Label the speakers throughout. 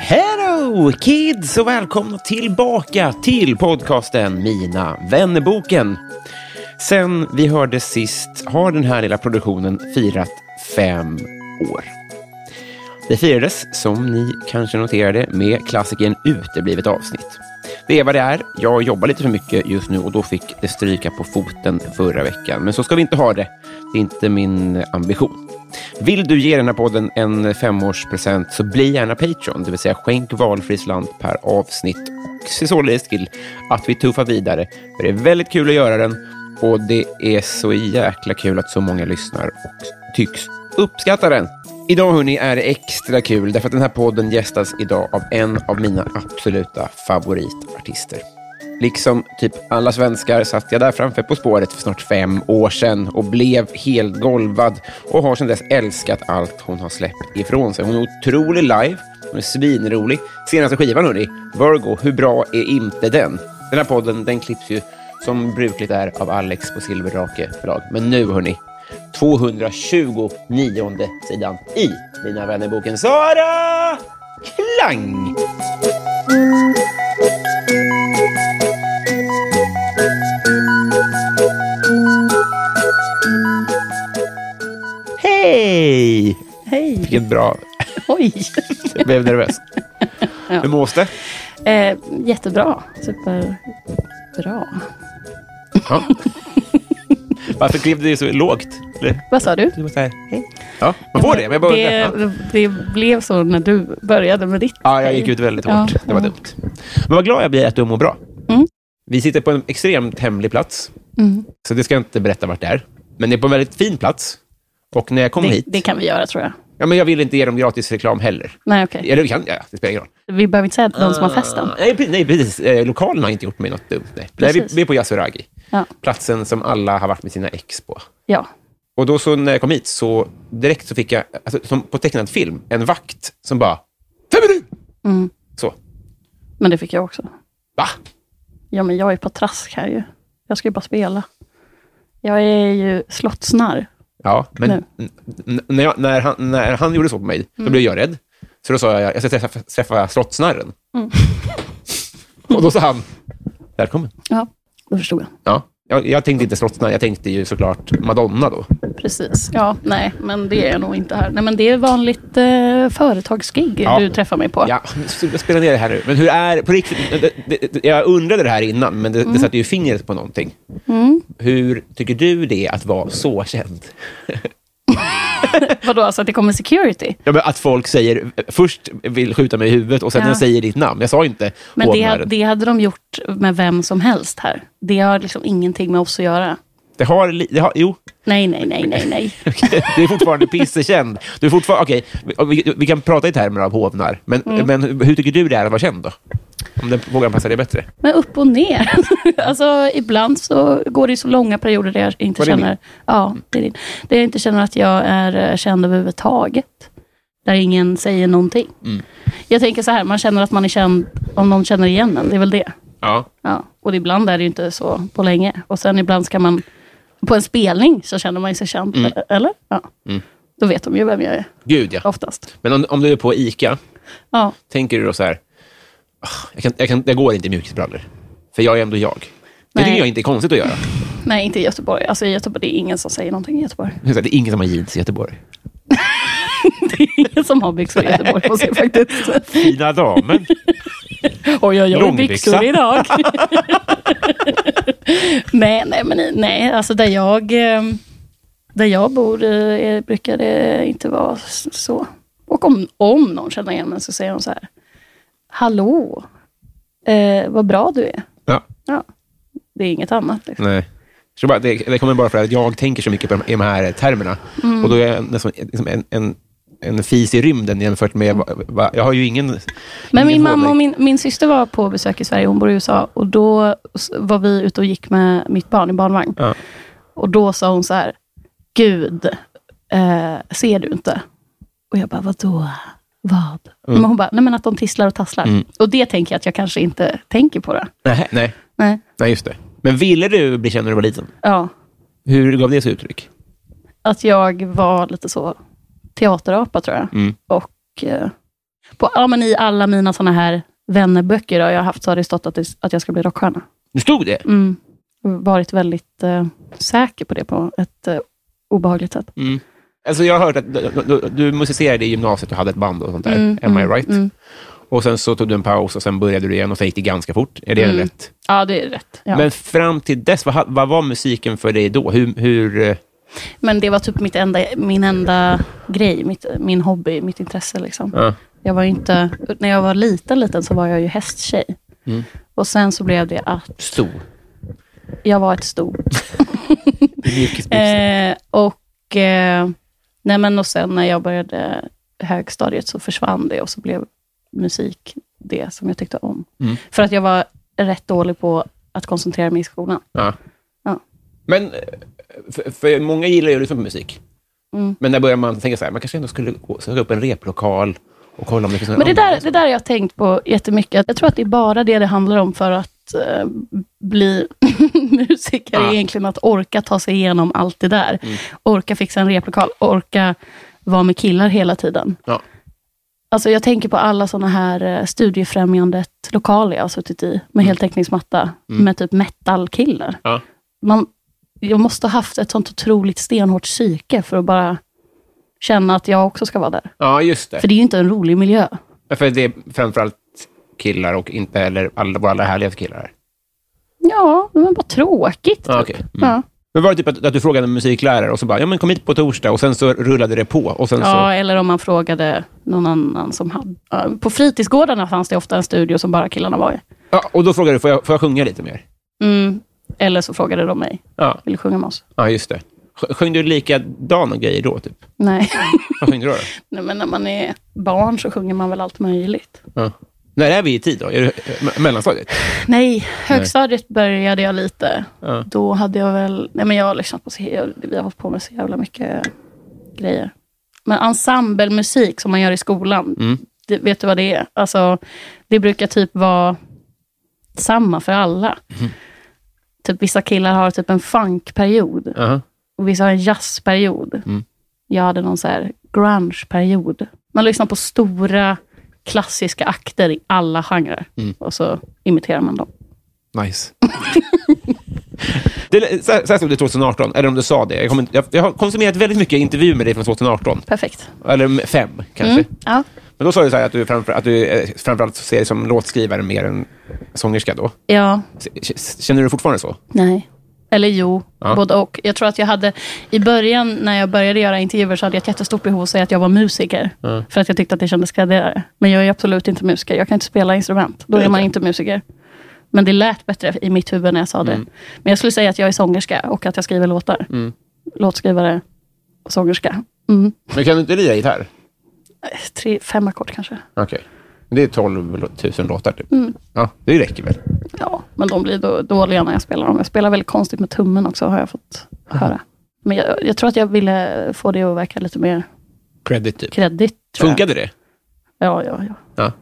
Speaker 1: Hello kids och välkomna tillbaka till podcasten Mina vännerboken. Sen vi hörde sist har den här lilla produktionen firat fem år. Det firades, som ni kanske noterade, med klassikern Uteblivet avsnitt. Det är vad det är. Jag jobbar lite för mycket just nu och då fick det stryka på foten förra veckan. Men så ska vi inte ha det. Det är inte min ambition. Vill du ge den här podden en femårspresent så bli gärna Patreon, det vill säga skänk valfri slant per avsnitt och se således till att vi tuffar vidare. För det är väldigt kul att göra den och det är så jäkla kul att så många lyssnar och tycks uppskatta den. Idag hörni är det extra kul därför att den här podden gästas idag av en av mina absoluta favoritartister. Liksom typ alla svenskar satt jag där framför På spåret för snart fem år sedan och blev helt golvad och har sedan dess älskat allt hon har släppt ifrån sig. Hon är otrolig live, hon är svinrolig. Senaste skivan hörni, Virgo, hur bra är inte den? Den här podden den klipps ju som brukligt är av Alex på Silverdrake förlag. Men nu hörni, 229 sidan i Mina vännerboken Sara Klang. Hej!
Speaker 2: Hej!
Speaker 1: Vilket bra.
Speaker 2: Oj!
Speaker 1: Jag blev nervös. Hur mås det?
Speaker 2: Eh, jättebra. Superbra.
Speaker 1: Ja. Varför klev det så lågt? Eller?
Speaker 2: Vad sa du?
Speaker 1: Det var så här, hej. Ja, man får det. Men jag bara undrar. Ja.
Speaker 2: det, det blev så när du började med ditt.
Speaker 1: Ja, jag gick ut väldigt hårt.
Speaker 2: Ja.
Speaker 1: Det var dumt. Men vad glad jag blir att du mår bra.
Speaker 2: Mm.
Speaker 1: Vi sitter på en extremt hemlig plats,
Speaker 2: Mm.
Speaker 1: så det ska jag inte berätta vart det är. Men det är på en väldigt fin plats. Och när jag kom
Speaker 2: Det,
Speaker 1: hit...
Speaker 2: det kan vi göra tror jag.
Speaker 1: Ja, men jag vill inte ge dem gratis reklam heller.
Speaker 2: Nej, okej.
Speaker 1: Eller det kan jag, det spelar ingen roll.
Speaker 2: Vi behöver inte säga de som har
Speaker 1: Ah.
Speaker 2: festen.
Speaker 1: Nej, pre- nej precis. Eh, Lokalen har inte gjort mig något dumt. Nej. Nej, vi,
Speaker 2: Precis.
Speaker 1: vi är på Yasuragi.
Speaker 2: Ja.
Speaker 1: Platsen som alla har varit med sina ex på.
Speaker 2: ja.
Speaker 1: Och då så när jag kom hit, så direkt så fick jag, alltså, som på tecknad film, en vakt som bara Fem minuter!
Speaker 2: Mm.
Speaker 1: Så.
Speaker 2: Men det fick jag också.
Speaker 1: Va?
Speaker 2: Ja, men jag är på trask här ju. Jag ska ju bara spela. Jag är ju slottsnarr.
Speaker 1: Ja, men
Speaker 2: Nu. Mm.
Speaker 1: n- n- när, jag, när, han, när han gjorde så på mig, då blev jag rädd. Så då sa jag, jag ska träffa, träffa slottsnarren.
Speaker 2: Mm.
Speaker 1: och då sa han, välkommen.
Speaker 2: Ja, då förstod jag.
Speaker 1: Ja. Jag, jag tänkte inte slottsnarren, jag tänkte ju såklart Madonna då.
Speaker 2: Precis. Ja, nej, men det är jag nog inte här. Nej, men det är vanligt eh, företagsgig
Speaker 1: Ja.
Speaker 2: du träffar mig på.
Speaker 1: Ja, sluta spela ner det här nu. Men hur är, på riktigt, det, det, det, jag undrade det här innan, men det,
Speaker 2: Mm.
Speaker 1: det satte ju fingret på någonting. Hur tycker du det är att vara så känd?
Speaker 2: Vadå, alltså att det kommer security?
Speaker 1: Ja, men att folk säger, först vill skjuta mig i huvudet och sen
Speaker 2: Ja.
Speaker 1: när jag säger ditt namn. Jag sa ju inte
Speaker 2: Men det, ha-
Speaker 1: hovnarren.
Speaker 2: det hade de gjort med vem som helst här. Det har liksom ingenting med oss att göra.
Speaker 1: Det har, li- det har, jo,
Speaker 2: Nej, nej, nej, nej, nej.
Speaker 1: du är fortfarande pissekänd. Du är fortfarande, okej, vi, vi- vi kan prata i termer av hovnar, men,
Speaker 2: Mm.
Speaker 1: men hur- hur tycker du det är att vara känd då? Om den frågan passar dig bättre.
Speaker 2: Men upp och ner. alltså, ibland så går det ju så långa perioder där jag inte
Speaker 1: Var det
Speaker 2: känner...
Speaker 1: min?
Speaker 2: Ja, det är din. Där jag inte känner att jag är eh, känd överhuvudtaget. Där ingen säger någonting. Jag tänker så här, man känner att man är känd om någon känner igen en. Det är väl det.
Speaker 1: Ja.
Speaker 2: Ja. Och ibland är det ju inte så på länge. Och sen ibland ska man... På en spelning så känner man ju sig känd. Eller? Ja. Då vet de ju vem jag är,
Speaker 1: Gud ja.
Speaker 2: oftast.
Speaker 1: Men om, om du är på ICA,
Speaker 2: Ja.
Speaker 1: tänker du då så här, "Ah, jag, kan, jag, kan, jag går inte i mjukisbrallor. För jag är ändå jag. Det tycker
Speaker 2: Nej.
Speaker 1: jag inte är konstigt att göra.
Speaker 2: Nej, inte i Göteborg. Alltså i Göteborg, det är ingen som säger någonting i Göteborg.
Speaker 1: Det är ingen som har jeans i Göteborg.
Speaker 2: Det är ingen som har byxor i Göteborg på sig faktiskt.
Speaker 1: Fina damer.
Speaker 2: Oj, oj, oj,
Speaker 1: Långbyxa.
Speaker 2: byxor idag. nej, nej, men i- nej, alltså där jag, eh, där jag bor eh, är- brukar det inte vara s- så. Och om, om någon känner igen mig så säger de så här, hallå, eh, vad bra du är.
Speaker 1: Ja,
Speaker 2: Ja, det är inget annat. Liksom.
Speaker 1: nej. Jag tror bara, att det, det kommer bara för att jag tänker så mycket på de, i de här termerna.
Speaker 2: Mm.
Speaker 1: Och då är jag nästan liksom en, en, en fis i rymden jämfört med... Va, va, jag har ju ingen...
Speaker 2: Men
Speaker 1: ingen
Speaker 2: min mamma
Speaker 1: hårdvägg.
Speaker 2: och min, min syster var på besök i Sverige, hon bor i USA, och då s- var vi ute och gick med mitt barn i barnvagn.
Speaker 1: Ja.
Speaker 2: Och då sa hon så här, Gud, eh, ser du inte? Och jag bara, vadå? Vad?
Speaker 1: Mm.
Speaker 2: Men hon bara, nej men att de tisslar och tasslar. Och det tänker jag att jag kanske inte tänker på det.
Speaker 1: Nej, nej,
Speaker 2: Nej.
Speaker 1: nej, just det. Men ville du bli känd när du var liten?
Speaker 2: Ja,
Speaker 1: Hur gav det sig uttryck?
Speaker 2: att jag var lite så teaterapa tror jag.
Speaker 1: Mm.
Speaker 2: Och eh, på, ja, men i alla mina såna här vännerböcker har jag haft så har det stått att, det, att jag ska bli rockstjärna.
Speaker 1: Nu stod det!
Speaker 2: Mm. Varit väldigt eh, säker på det på ett eh, obehagligt sätt.
Speaker 1: Mm. Alltså jag har hört att du, du, du musicerade i gymnasiet och hade ett band och sånt där.
Speaker 2: Mm,
Speaker 1: Am I
Speaker 2: mm,
Speaker 1: right?
Speaker 2: mm.
Speaker 1: Och sen så tog du en paus och sen började du igen och sen gick det ganska fort. Är det
Speaker 2: Mm.
Speaker 1: rätt?
Speaker 2: Ja, det är rätt. Ja.
Speaker 1: Men fram till dess, vad, ha- vad var musiken för dig då? Hur, hur, eh,
Speaker 2: Men det var typ mitt enda, min enda grej, mitt, min hobby, mitt intresse. Liksom.
Speaker 1: ja.
Speaker 2: Jag var ju inte, när jag var liten, liten så var jag ju hästtjej.
Speaker 1: Mm.
Speaker 2: Och sen så blev det att
Speaker 1: stor?
Speaker 2: jag var ett stort.
Speaker 1: Mjukis,
Speaker 2: Eh, och, eh, nej men och sen när jag började högstadiet så försvann det och så blev musik det som jag tyckte om.
Speaker 1: Mm.
Speaker 2: För att jag var rätt dålig på att koncentrera mig i skolan.
Speaker 1: Ja.
Speaker 2: Ja.
Speaker 1: Men, eh, för, för många gillar ju att lyssna på musik.
Speaker 2: Mm.
Speaker 1: Men där börjar man tänka så här, man kanske ändå skulle gå- söka upp en replokal och kolla om det finns någon
Speaker 2: Men det där,
Speaker 1: annan.
Speaker 2: det där har jag tänkt på jättemycket. Jag tror att det är bara det det handlar om för att eh, bli musiker.
Speaker 1: Ah.
Speaker 2: är Egentligen att orka ta sig igenom allt det där. Orka fixa en replokal, orka vara med killar hela tiden.
Speaker 1: Ja.
Speaker 2: Alltså jag tänker på alla såna här eh, studiefrämjandet lokaler jag har suttit i med heltäckningsmatta med typ metal-killar.
Speaker 1: Ja.
Speaker 2: Man, jag måste ha haft ett sånt otroligt stenhårt psyke för att bara känna att jag också ska vara där.
Speaker 1: ja, just det.
Speaker 2: För det är ju inte en rolig miljö.
Speaker 1: För det är framförallt killar och inte heller alla, våra allra härligaste killar. här.
Speaker 2: Ja, men vad tråkigt. Typ.
Speaker 1: Ah, okej.
Speaker 2: Ja.
Speaker 1: Men var det typ att, att du frågade en musiklärare och så bara, ja men kom hit på torsdag och sen så rullade det på och sen
Speaker 2: ja,
Speaker 1: så...
Speaker 2: eller om man frågade någon annan som hade... ja, På fritidsgårdarna fanns det ofta en studio som bara killarna var i.
Speaker 1: Ja, och då frågade du, får jag, får jag sjunga lite mer?
Speaker 2: Mm. Eller så frågade de mig,
Speaker 1: Ja,
Speaker 2: vill du sjunga med oss?
Speaker 1: ja just det. Sj- Sjöng du likadana grejer då, typ?
Speaker 2: Nej.
Speaker 1: Vad sjöng du då? då?
Speaker 2: Nej, men när man är barn så sjunger man väl allt möjligt.
Speaker 1: Ja. När är vi i tid då? Är det eh, me- mellanstadiet?
Speaker 2: Nej, högstadiet började jag lite.
Speaker 1: Ja.
Speaker 2: Då hade jag väl... Nej, men jag har lyssnat på... så- jag- Vi har hållit på med så jävla mycket grejer. Men ensemblemusik som man gör i skolan, det, vet du vad det är? Alltså, det brukar typ vara samma för alla. Typ vissa killar har typ en funkperiod
Speaker 1: Aha.
Speaker 2: och vissa har en jazzperiod. Jag hade någon så här grungeperiod. Man lyssnar på stora klassiska akter i alla genrer och så imiterar man dem.
Speaker 1: Nice. det, så, här, så här stod det 2018, eller om du sa det. Jag, kommer, inte- jag, jag har konsumerat väldigt mycket intervjuer med dig från 2018.
Speaker 2: Perfekt.
Speaker 1: Eller m- fem, kanske.
Speaker 2: Ja.
Speaker 1: Men då sa du så här att du, framför, att du eh, framförallt ser dig som låtskrivare mer än sångerska då.
Speaker 2: ja,
Speaker 1: S- k- Känner du fortfarande så?
Speaker 2: nej. Eller jo,
Speaker 1: Ja.
Speaker 2: både och. Jag tror att jag hade, i början när jag började göra intervjuer så hade jag ett jättestort behov av att säga att jag var musiker. För att jag tyckte att det kändes graderare. Men jag är absolut inte musiker. Jag kan inte spela instrument. Då är man inte musiker. Men det lät bättre i mitt huvud när jag sa det. Men jag skulle säga att jag är sångerska och att jag skriver låtar. Låtskrivare och sångerska. Mm.
Speaker 1: Men kan du inte lira gitarr?
Speaker 2: Tre, fem ackord kanske.
Speaker 1: Okej. Det är 12 000 låtar typ. Ja, det räcker väl?
Speaker 2: Ja, men de blir då, dåliga när jag spelar dem. Jag spelar väldigt konstigt med tummen också, har jag fått höra. Men jag, jag tror att jag ville få det att verka lite mer
Speaker 1: Credit typ.
Speaker 2: kreddigt. tror jag.
Speaker 1: Funkade det?
Speaker 2: Ja, ja, ja.
Speaker 1: Ja.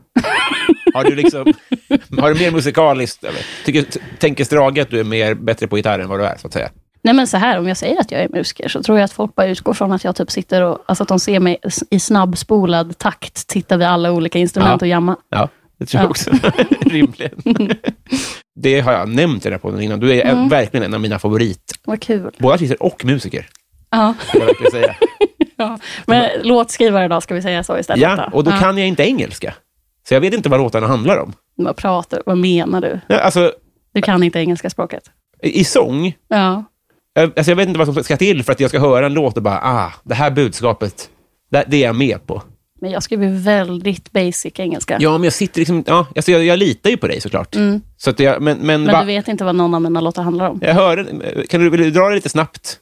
Speaker 1: Har du liksom... har du mer musikaliskt? Eller? Tycker, t- tänker Strage att du är mer bättre på gitarr än vad du är, så att säga?
Speaker 2: Nej, men så här, om jag säger att jag är musiker så tror jag att folk bara utgår från att jag typ sitter och, alltså att de ser mig s- i snabbspolad takt, sitta vid alla olika instrument
Speaker 1: Ja.
Speaker 2: och jamma.
Speaker 1: Ja. Det tror jag
Speaker 2: Ja.
Speaker 1: också. Rimligen. det har jag nämnt i den här podden innan. Du är verkligen en av mina favorit,
Speaker 2: Vad kul.
Speaker 1: både artister och musiker.
Speaker 2: Ja.
Speaker 1: kan jag verkligen säga.
Speaker 2: Ja. Men låtskrivare då, ska vi säga så istället?
Speaker 1: Ja, och då
Speaker 2: Ja.
Speaker 1: kan jag inte engelska. Så jag vet inte vad låtarna handlar om.
Speaker 2: Vad pratar Vad menar du?
Speaker 1: Ja, Alltså,
Speaker 2: Du kan inte engelska språket.
Speaker 1: i i sång,
Speaker 2: Ja.
Speaker 1: jag- alltså jag vet inte vad som ska till för att jag ska höra en låt och bara, ah, det här budskapet, det, det är jag med på.
Speaker 2: Men jag skriver väldigt basic engelska.
Speaker 1: Ja, men jag sitter liksom, ja, alltså jag, jag litar ju på dig såklart. Så att jag, men, men,
Speaker 2: Mm. Men
Speaker 1: va,
Speaker 2: du vet inte vad någon av mina låtar handlar om.
Speaker 1: jag hör, den- kan du, vill du dra det lite snabbt?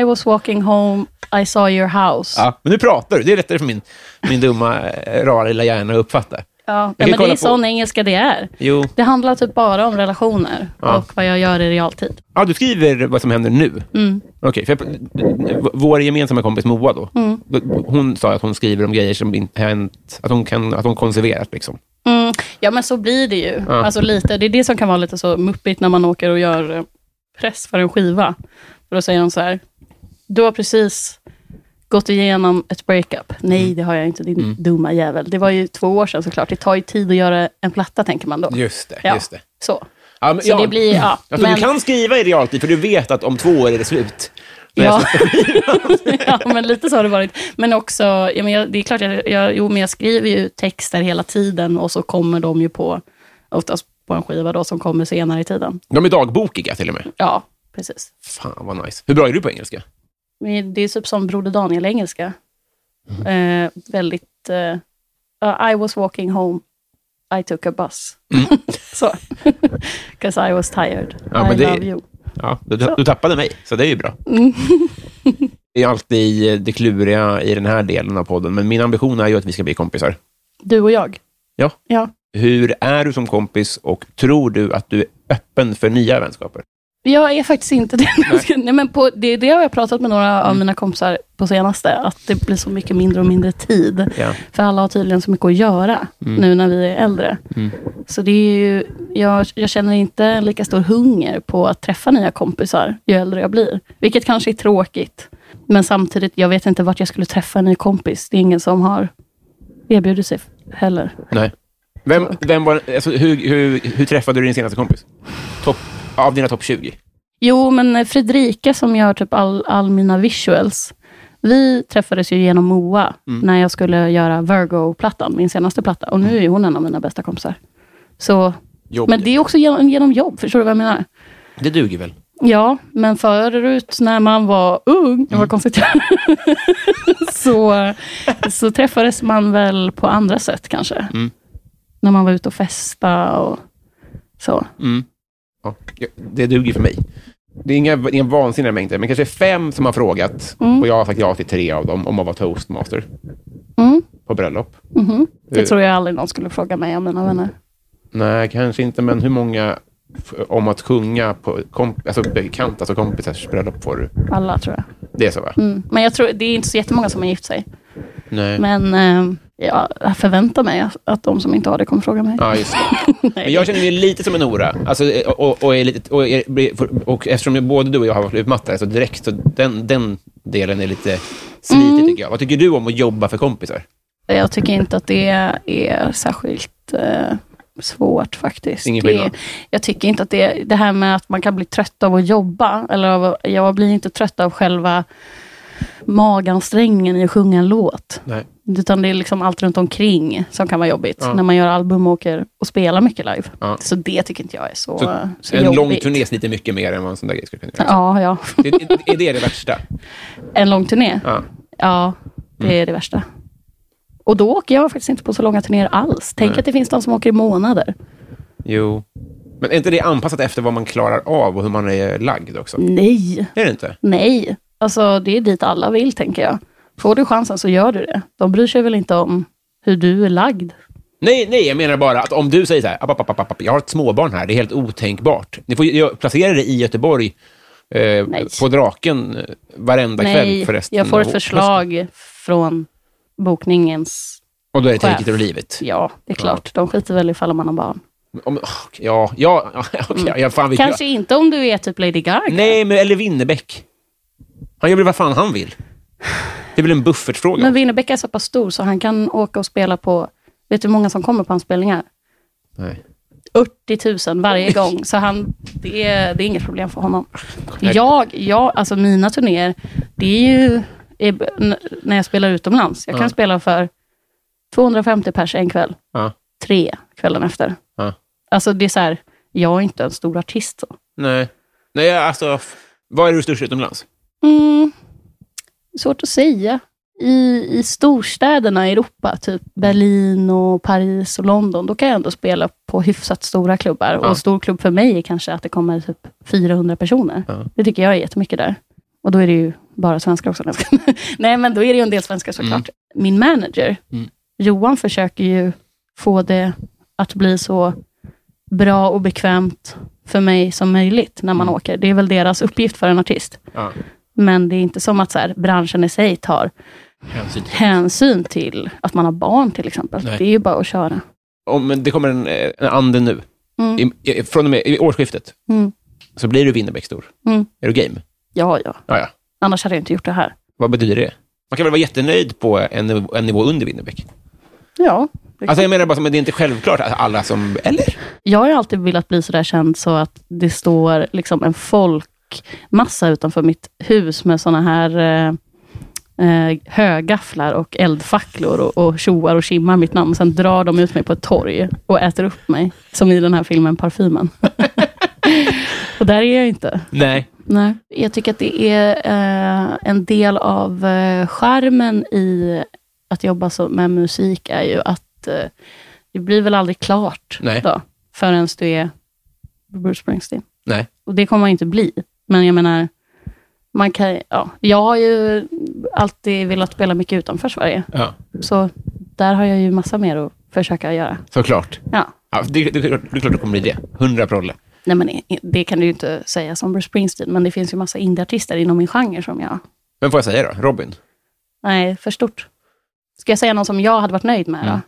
Speaker 2: I was walking home, I saw your house.
Speaker 1: Ja, men nu pratar du, det är lättare för min, min dumma, eh, rara lilla hjärna att uppfatta.
Speaker 2: Ja,
Speaker 1: kan
Speaker 2: men det
Speaker 1: kolla på-
Speaker 2: är sån engelska det är.
Speaker 1: Jo,
Speaker 2: Det handlar typ bara om relationer och vad jag gör i realtid.
Speaker 1: ja, du skriver vad som händer nu.
Speaker 2: Mm.
Speaker 1: Okej, för jag, vår gemensamma kompis Moa då,
Speaker 2: Mm.
Speaker 1: hon sa att hon skriver om grejer som inte hänt, att hon, kan, att hon konserverat liksom.
Speaker 2: Mm, ja, men så blir det ju. Alltså lite. Det är det som kan vara lite så muppigt när man åker och gör eh, press för en skiva. För då säger de så här, du har precis gått igenom ett breakup.
Speaker 1: Mm.
Speaker 2: Nej, det har jag inte, din dumma jävel. Det var ju två år sedan såklart. Det tar ju tid att göra en platta, tänker man då.
Speaker 1: Just det,
Speaker 2: Ja,
Speaker 1: just det.
Speaker 2: Så.
Speaker 1: Ja, men,
Speaker 2: Så det blir- ja,
Speaker 1: alltså,
Speaker 2: men-
Speaker 1: Du kan skriva i realtid, för du vet att om två år är det slut. Men
Speaker 2: Ja.
Speaker 1: alltså,
Speaker 2: ja, men lite så har det varit. Men också, ja, men jag, det är klart, jag, jag, jo, men jag skriver ju texter hela tiden och så kommer de ju på, oftast på en skiva då, som kommer senare i tiden.
Speaker 1: De är dagbokiga till och med.
Speaker 2: Ja, precis.
Speaker 1: Fan vad nice. Hur bra är du på engelska?
Speaker 2: Men Det är typ som Broder Daniel-engelska.
Speaker 1: Mhm.
Speaker 2: Eh, väldigt... Eh, uh, I was walking home. I took a bus. så. Because I was tired.
Speaker 1: Mm. Ja, men
Speaker 2: I
Speaker 1: det-
Speaker 2: love you. Mm.
Speaker 1: Ja, du, du tappade mig, så det är ju bra. det är alltid eh, det kluriga i den här delen av podden, men min ambition är ju att vi ska bli kompisar.
Speaker 2: Du och jag.
Speaker 1: Ja.
Speaker 2: Ja.
Speaker 1: Hur är du som kompis och tror du att du är öppen för nya vänskaper?
Speaker 2: Jag är faktiskt inte det. Nej. men på, det, det har jag pratat med några av mina kompisar på senaste, att det blir så mycket mindre och mindre tid.
Speaker 1: Ja.
Speaker 2: För alla har tydligen så mycket att göra
Speaker 1: Mm.
Speaker 2: nu när vi är äldre. Så det är ju, jag, jag känner inte en lika stor hunger på att träffa nya kompisar ju äldre jag blir. Vilket kanske är tråkigt. Men samtidigt, jag vet inte vart jag skulle träffa en ny kompis. Det är ingen som har erbjudit sig heller.
Speaker 1: Nej. Vem, vem var, alltså, hur, hur, hur träffade du din senaste kompis? Topp, av dina topp 20?
Speaker 2: Jo, men Fredrika som gör typ all, all mina visuals. Vi träffades ju genom Moa
Speaker 1: Mm.
Speaker 2: när jag skulle göra Virgo-plattan, min senaste platta. Och nu är ju hon en av mina bästa kompisar. Så,
Speaker 1: Jobb.
Speaker 2: men det är också genom, genom jobb, förstår du vad jag menar?
Speaker 1: Det duger väl?
Speaker 2: Ja, men förut när man var ung,
Speaker 1: Mm.
Speaker 2: det var konstigt, så, så träffades man väl på andra sätt kanske.
Speaker 1: Mm.
Speaker 2: När man var ute och festa och så.
Speaker 1: Ja, ja, det duger för mig. Det är inga, det är inga vansinniga mängder, men kanske fem som har frågat. Och jag har sagt ja till tre av dem om att vara toastmaster
Speaker 2: Mm.
Speaker 1: på bröllop.
Speaker 2: Mhm.
Speaker 1: Eh.
Speaker 2: Det tror jag aldrig någon skulle fråga mig om mina vänner.
Speaker 1: Nej, kanske inte, men hur många f- om att sjunga på komp- alltså bekant, alltså kompisars bröllop får du?
Speaker 2: Alla tror jag.
Speaker 1: Det är så, va?
Speaker 2: Mm. Men jag tror, det är inte så jättemånga som har gift sig.
Speaker 1: Nej.
Speaker 2: Men eh, jag förväntar mig att de som inte har det kommer fråga mig.
Speaker 1: Ja, just det.
Speaker 2: Nej.
Speaker 1: Men jag känner mig lite som en hora. Alltså, eh, och, och, är lite, och, är, blir- för- och eftersom både du och jag har varit utmattade, så direkt, så den, den delen är lite slitig,
Speaker 2: Mm.
Speaker 1: tycker jag. Vad tycker du om att jobba för kompisar?
Speaker 2: Jag tycker inte att det är särskilt eh, svårt faktiskt.
Speaker 1: Ingen
Speaker 2: det,
Speaker 1: skillnad.
Speaker 2: jag tycker inte att det, det här med att man kan bli trött av att jobba, eller av, jag blir inte trött av själva magansträngen i att sjunga en låt.
Speaker 1: Nej.
Speaker 2: Utan det är liksom allt runt omkring som kan vara jobbigt. När man gör album och åker och spelar mycket live.
Speaker 1: Ja.
Speaker 2: Så det tycker inte jag är så,
Speaker 1: Så
Speaker 2: så,
Speaker 1: en
Speaker 2: jobbigt.
Speaker 1: lång turné sliter mycket mer än vad en sån där grej skulle kunna göra.
Speaker 2: Ja, ja.
Speaker 1: Det, det- är det det värsta?
Speaker 2: En lång turné?
Speaker 1: Ja. Mm.
Speaker 2: Ja, det är det värsta. Och då åker jag faktiskt inte på så långa turnéer alls. Tänk att det finns de som åker i månader.
Speaker 1: Jo. Men är inte det anpassat efter vad man klarar av och hur man är lagd också?
Speaker 2: Nej,
Speaker 1: Är det inte?
Speaker 2: nej. Alltså det är dit alla vill, tänker jag. Får du chansen så gör du det. De bryr sig väl inte om hur du är lagd.
Speaker 1: Nej, nej, jag menar bara att om du säger så här, app, app, app, app, app, jag har ett småbarn här, det är helt otänkbart. Ni får ju placera det i Göteborg, eh,
Speaker 2: Nej.
Speaker 1: på Draken, eh, varenda kväll
Speaker 2: Nej,
Speaker 1: förresten.
Speaker 2: jag får ett
Speaker 1: av hösten.
Speaker 2: förslag från bokningens...
Speaker 1: Och då är det
Speaker 2: chef.
Speaker 1: Take it or leave it.
Speaker 2: Ja, det är klart. De skiter väl ifall man har barn.
Speaker 1: Om, åh, ja, ja, okej, ja, fan vet
Speaker 2: Kanske inte om du är typ Lady Gaga.
Speaker 1: jag. Nej, men eller Winnerbäck. Han gör väl vad fan han vill. Det är väl en buffertfråga.
Speaker 2: Men Winnerbäck är så pass stor så han kan åka och spela på... Vet du hur många som kommer på hans spelningar?
Speaker 1: Nej.
Speaker 2: 40 000 varje gång. Så han, det, är, det är inget problem för honom. Jag, jag, alltså mina turnéer, det är ju är, n- när jag spelar utomlands. Jag kan
Speaker 1: Ja.
Speaker 2: spela för 250 pers en kväll,
Speaker 1: Ja.
Speaker 2: tre kvällen efter.
Speaker 1: Ja.
Speaker 2: Alltså det är så här, jag är inte en stor artist. Så.
Speaker 1: Nej. Nej, alltså, f- vad är du störst utomlands?
Speaker 2: Mm, svårt att säga. I, I storstäderna i Europa, typ Berlin, och Paris och London, då kan jag ändå spela på hyfsat stora klubbar.
Speaker 1: Ja.
Speaker 2: Och stor klubb för mig är kanske att det kommer typ 400 personer.
Speaker 1: Ja.
Speaker 2: Det tycker jag är jättemycket där. Och då är det ju bara svenskar också. Nej, jag skojar. Nej, men då är det ju en del svenskar såklart. Min manager,
Speaker 1: Mm.
Speaker 2: Johan, försöker ju få det att bli så bra och bekvämt för mig som möjligt när man
Speaker 1: Mm.
Speaker 2: åker. Det är väl deras uppgift för en artist.
Speaker 1: Ja.
Speaker 2: Men det är inte som att så här, branschen i sig tar
Speaker 1: Hänsyn.
Speaker 2: hänsyn till att man har barn till exempel.
Speaker 1: Nej.
Speaker 2: Det är ju bara att köra.
Speaker 1: Om det kommer en, eh, en ande nu,
Speaker 2: Mm.
Speaker 1: I, i, från och med i årsskiftet,
Speaker 2: Mm.
Speaker 1: så blir du Winnerbäck-stor.
Speaker 2: Mm.
Speaker 1: Är du game?
Speaker 2: Ja, ja.
Speaker 1: Ja, ja.
Speaker 2: Annars hade jag inte gjort det här.
Speaker 1: Vad betyder det? Man kan väl vara jättenöjd på en, niv- en nivå under Winnerbäck?
Speaker 2: Ja.
Speaker 1: Alltså, jag menar bara, men det är inte självklart att alla som... Eller?
Speaker 2: Jag har ju alltid velat bli sådär känd så att det står liksom en folkmassa utanför mitt hus med såna här eh, eh, högafflar och eldfacklor och, och tjoar och kimmar mitt namn. Sen drar de ut mig på ett torg och äter upp mig. Som i den här filmen Parfymen. och där är jag inte.
Speaker 1: Nej.
Speaker 2: Nej. Jag tycker att det är eh, en del av eh, charmen i att jobba så, med musik är ju att eh, det blir väl aldrig klart
Speaker 1: Nej.
Speaker 2: då, förrän du är Bruce Springsteen.
Speaker 1: Nej.
Speaker 2: Och det kommer man ju inte bli. Men jag menar, man kan, ja, jag har ju alltid velat spela mycket utanför Sverige.
Speaker 1: Ja,
Speaker 2: Så där har jag ju massa mer att försöka göra.
Speaker 1: såklart.
Speaker 2: Ja.
Speaker 1: Ja, det, det, det, det är klart det kommer bli det. Hundra prolle.
Speaker 2: Nej, men i- det kan du ju inte säga som Bruce Springsteen, men det finns ju massa indieartister inom min genre som jag
Speaker 1: Men får jag säga då? Robin?
Speaker 2: Nej, för stort. Ska jag säga någon som jag hade varit nöjd
Speaker 1: Mm.
Speaker 2: med då?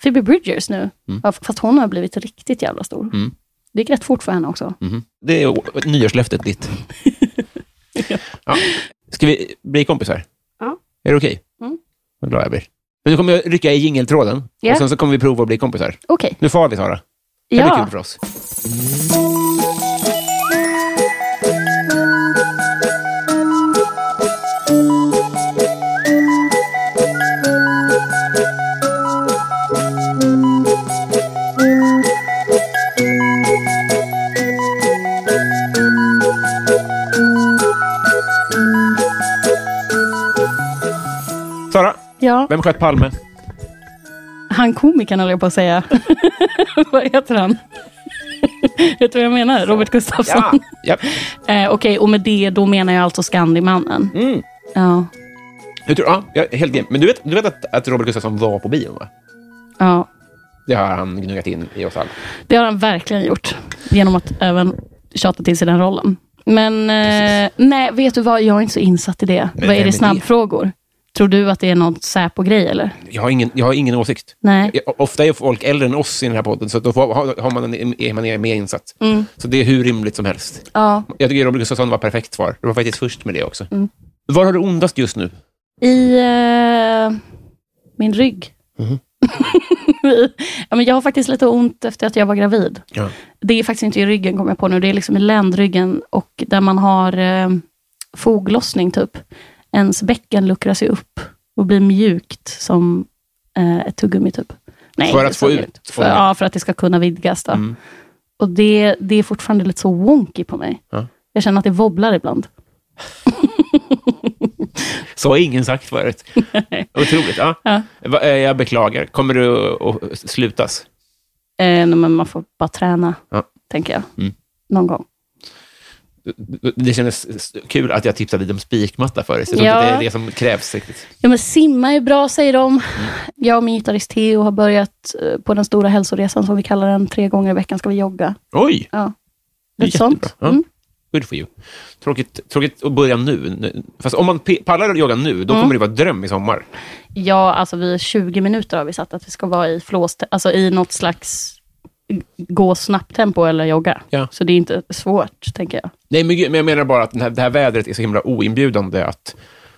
Speaker 2: Phoebe Bridgers nu. Ja, fast hon har blivit riktigt jävla stor.
Speaker 1: Mm.
Speaker 2: Det gick rätt fort för henne också.
Speaker 1: Mhm. Det är å- nyårslöftet ditt. ja. Ska vi bli kompisar?
Speaker 2: Ja.
Speaker 1: Är det okej?
Speaker 2: Mm.
Speaker 1: Vad glad jag blir. Men nu kommer jag rycka i jingeltråden
Speaker 2: Ja.
Speaker 1: och sen så kommer vi prova att bli kompisar.
Speaker 2: Okej.
Speaker 1: Nu far vi, Sara. Det här blir
Speaker 2: Ja.
Speaker 1: kul för oss. Sara,
Speaker 2: Ja.
Speaker 1: vem sköt Palme?
Speaker 2: Han komikern höll jag på att säga. Vad heter han? Vet du vad jag menar? Robert Gustafsson.
Speaker 1: ja. Mm.
Speaker 2: Eh, Okej, och med det då menar jag alltså Scandimannen. Ja.
Speaker 1: Jag tror, ja, jag är helt game. Men du vet, du vet att, att Robert Gustafsson var på bion, va?
Speaker 2: ja.
Speaker 1: Det har han gnuggat in i oss alla.
Speaker 2: Det har han verkligen gjort. Genom att även tjata till sig den rollen. Men eh, nej, vet du vad? Jag är inte så insatt i det. vad
Speaker 1: vem
Speaker 2: är
Speaker 1: är det?
Speaker 2: det snabbfrågor? Tror du att det är någon Säpo-grej eller?
Speaker 1: Jag har ingen, jag har ingen åsikt.
Speaker 2: Nej.
Speaker 1: Jag, ofta är folk äldre än oss i den här podden, så då får, har, har man en, är man mer insatt.
Speaker 2: Mm.
Speaker 1: Så det är hur rimligt som helst.
Speaker 2: Ja.
Speaker 1: Jag tycker Robert Gustafsson var perfekt svar. Du var faktiskt först med det också.
Speaker 2: Mm.
Speaker 1: Var har du ondast just nu?
Speaker 2: I eh, min rygg.
Speaker 1: Mhm.
Speaker 2: ja, men jag har faktiskt lite ont efter att jag var gravid.
Speaker 1: Ja.
Speaker 2: Det är faktiskt inte i ryggen, kommer jag på nu. Det är liksom i ländryggen och där man har eh, foglossning, typ. Ens bäcken luckras ju upp och blir mjukt som eh, ett tuggummi, typ. Nej,
Speaker 1: För
Speaker 2: inte
Speaker 1: att
Speaker 2: så
Speaker 1: få ut Mm.
Speaker 2: mjukt. För,
Speaker 1: fången.
Speaker 2: ja, för att det ska kunna vidgas. Då. Och det, det är fortfarande lite så wonky på mig.
Speaker 1: Ja.
Speaker 2: Jag känner att det wobblar ibland.
Speaker 1: Så har ingen sagt förut. Otroligt. Ja. Va- eh, Jag beklagar. Kommer du att slutas?
Speaker 2: Eh, nej, men man får bara träna,
Speaker 1: Ja.
Speaker 2: tänker jag.
Speaker 1: Mm.
Speaker 2: Någon gång.
Speaker 1: Det kändes s- kul att jag tipsade dig om spikmatta förut. Jag tror
Speaker 2: Ja.
Speaker 1: inte det är det som krävs riktigt.
Speaker 2: Ja, men simma är bra, säger de.
Speaker 1: Mm.
Speaker 2: Jag och min gitarrist Theo har börjat eh, på den stora hälsoresan, som vi kallar den. Tre gånger i veckan ska vi jogga.
Speaker 1: Oj!
Speaker 2: Ja.
Speaker 1: Det är
Speaker 2: Något
Speaker 1: jättebra.
Speaker 2: sånt.
Speaker 1: Ja.
Speaker 2: Mm.
Speaker 1: Good for you. Tråkigt, tråkigt att börja nu. Fast om man pe- pallar att jogga nu,
Speaker 2: Mm.
Speaker 1: då kommer det vara dröm i sommar.
Speaker 2: Ja, alltså vi 20 minuter har vi satt att vi ska vara i flås, alltså i något slags g- gå snabbt tempo eller jogga.
Speaker 1: Ja.
Speaker 2: Så det är inte svårt, tänker jag.
Speaker 1: Nej, men, gud, men jag menar bara att den här, det här vädret är så himla oinbjudande
Speaker 2: Mm.
Speaker 1: att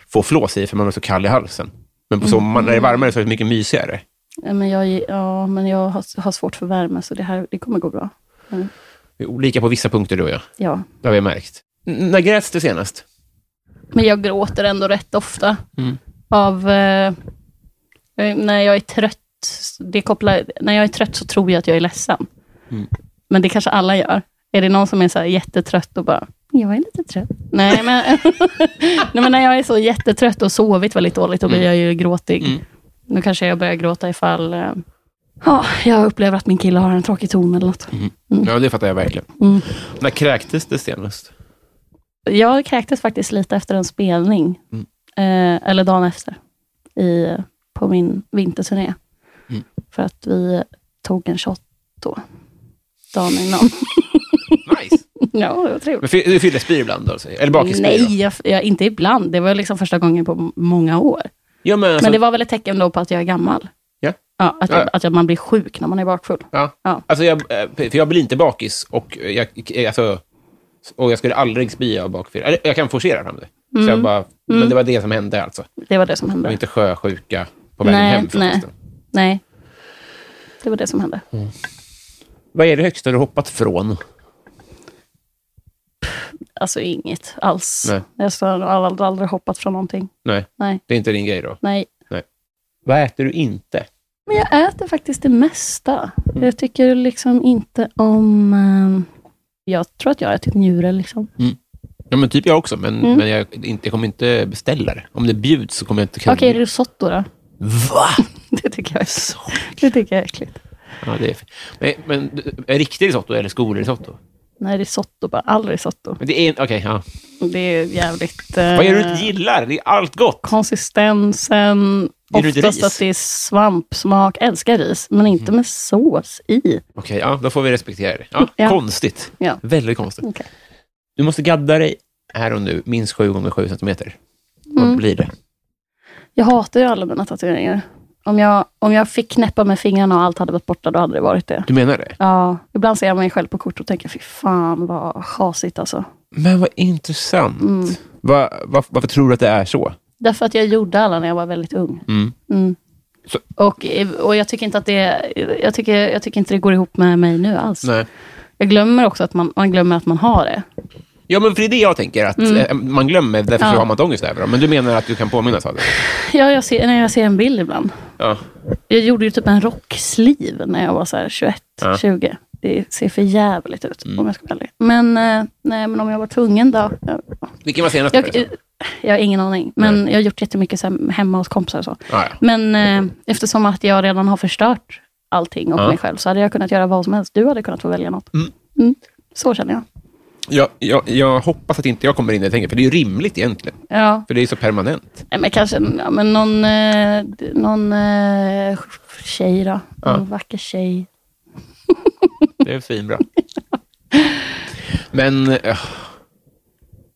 Speaker 1: få flås i, för man är så kall i halsen. Men på sommaren, när det är varmare, så är det mycket mysigare.
Speaker 2: Nej, Men jag, ja, men jag har, har svårt för värme, så det här det kommer gå bra.
Speaker 1: Vi är olika på vissa punkter du och jag.
Speaker 2: Ja.
Speaker 1: Det har vi märkt. N- när gräts det senast?
Speaker 2: Men jag gråter ändå rätt ofta. Av, eh, när jag är trött, det kopplar, när jag är trött så tror jag att jag är ledsen. Men det kanske alla gör. Är det någon som är så här jättetrött och bara, jag är lite trött. Nej men, Nej, men när jag är så jättetrött och sovit väldigt dåligt, då blir jag ju gråtig. Nu kanske jag börjar gråta ifall eh, ja, jag upplever att min kille har en tråkig ton eller något.
Speaker 1: Ja, det fattar jag verkligen.
Speaker 2: Mm.
Speaker 1: När kräktes det senast?
Speaker 2: Jag kräktes faktiskt lite efter en spelning,
Speaker 1: Mm.
Speaker 2: eh, eller dagen efter, i, på min vinterturné.
Speaker 1: Mm.
Speaker 2: För att vi tog en shot då, dagen innan.
Speaker 1: Nice.
Speaker 2: ja, det var trevligt.
Speaker 1: Men fy- du fyller spyr ibland? Alltså. Eller bakisspyr? då?
Speaker 2: Nej, jag, jag, inte ibland. Det var liksom första gången på m- många år.
Speaker 1: Ja, men, alltså,
Speaker 2: Men det var väl ett tecken då på att jag är gammal.
Speaker 1: Ja.
Speaker 2: Ja, att,
Speaker 1: Ja.
Speaker 2: jag, att jag, man blir sjuk när man är bakfull.
Speaker 1: Ja.
Speaker 2: Ja.
Speaker 1: Alltså jag, eh, för jag blir inte bakis och jag, alltså, och jag skulle aldrig spy av bakfylla. Eller, Jag kan forcera fram det. Så
Speaker 2: Mm.
Speaker 1: jag bara, Men det var det som hände alltså. Det
Speaker 2: Det var det som
Speaker 1: var
Speaker 2: hände.
Speaker 1: inte sjösjuka på vägen
Speaker 2: Nej,
Speaker 1: hem från
Speaker 2: nej.
Speaker 1: festen.
Speaker 2: Nej, det var det som hände.
Speaker 1: Vad är det högsta du hoppat från?
Speaker 2: Alltså inget alls.
Speaker 1: Nej.
Speaker 2: Jag har aldrig, aldrig hoppat från någonting.
Speaker 1: Nej,
Speaker 2: Nej,
Speaker 1: det är inte din grej då.
Speaker 2: nej.
Speaker 1: Vad äter du inte?
Speaker 2: Men jag äter faktiskt det mesta.
Speaker 1: Mm.
Speaker 2: Jag tycker liksom inte om... eh, jag tror att jag har ätit njure. Liksom.
Speaker 1: Ja, men typ jag också, men,
Speaker 2: Mm.
Speaker 1: men jag, inte, jag kommer inte beställa det. Om det bjuds så kommer jag inte kunna...
Speaker 2: Okej, risotto då?
Speaker 1: Va?
Speaker 2: Det tycker jag är, det tycker jag är äckligt.
Speaker 1: Ja, det är, men, men är riktig risotto eller skolrisotto?
Speaker 2: Nej, risotto bara. All risotto.
Speaker 1: Men det är... Okej, ja.
Speaker 2: Det är jävligt... eh,
Speaker 1: Vad är det du inte gillar? Det är allt gott.
Speaker 2: Konsistensen.
Speaker 1: Är du inte
Speaker 2: Oftast
Speaker 1: ris? Mm.
Speaker 2: att det är svampsmak. Älskar ris, men inte med sås i.
Speaker 1: Okej, ja, då får vi respektera det. Ja,
Speaker 2: Ja.
Speaker 1: Konstigt.
Speaker 2: Ja.
Speaker 1: Väldigt konstigt.
Speaker 2: Okej.
Speaker 1: Du måste gadda dig här och nu, minst 7 gånger 7 centimeter. Vad blir det?
Speaker 2: Mm. Jag hatar ju alla mina tatueringar. Om jag, om jag fick knäppa med fingrarna och allt hade varit borta, då hade det varit det.
Speaker 1: Du menar det?
Speaker 2: Ja, ibland ser jag mig själv på kort och tänker, fy fan vad chasigt alltså.
Speaker 1: Men vad intressant.
Speaker 2: Mm.
Speaker 1: Va, va, varför tror du att det är så?
Speaker 2: Därför att jag gjorde alla när jag var väldigt ung.
Speaker 1: Mm.
Speaker 2: Mm.
Speaker 1: Så-
Speaker 2: Och, och jag tycker inte att det, jag tycker, jag tycker inte det går ihop med mig nu alls.
Speaker 1: Nej.
Speaker 2: Jag glömmer också att man, man glömmer att man har det.
Speaker 1: Ja, men för det är det jag tänker, att eh, man glömmer, därför så
Speaker 2: Mm. Ja.
Speaker 1: har man inte ångest över dem. Men du menar att du kan påminnas av det?
Speaker 2: Ja, jag ser, när jag ser en bild ibland.
Speaker 1: Ja.
Speaker 2: Jag gjorde ju typ en rocksliv när jag var så här 21,
Speaker 1: Ja. Mm.
Speaker 2: 20. Det ser för jävligt ut om jag ska vara ärlig. Men, eh, nej, men om jag var tvungen då? Jag,
Speaker 1: Vilken var senast?
Speaker 2: jag, jag har ingen aning, men jag har gjort jättemycket så här hemma hos kompisar och så.
Speaker 1: ja, ja.
Speaker 2: Men eh, eftersom att jag redan har förstört allting och
Speaker 1: Ja.
Speaker 2: mig själv så hade jag kunnat göra vad som helst. Du hade kunnat få välja något. Mm. Så känner jag.
Speaker 1: Jag, jag, jag hoppas att inte jag kommer in i det tänket, för det är ju rimligt egentligen.
Speaker 2: Ja,
Speaker 1: För det är så permanent.
Speaker 2: Nej, men kanske ja, men någon, eh, d- någon eh, tjej då. Någon vacker tjej.
Speaker 1: Det är finbra. Men... eh,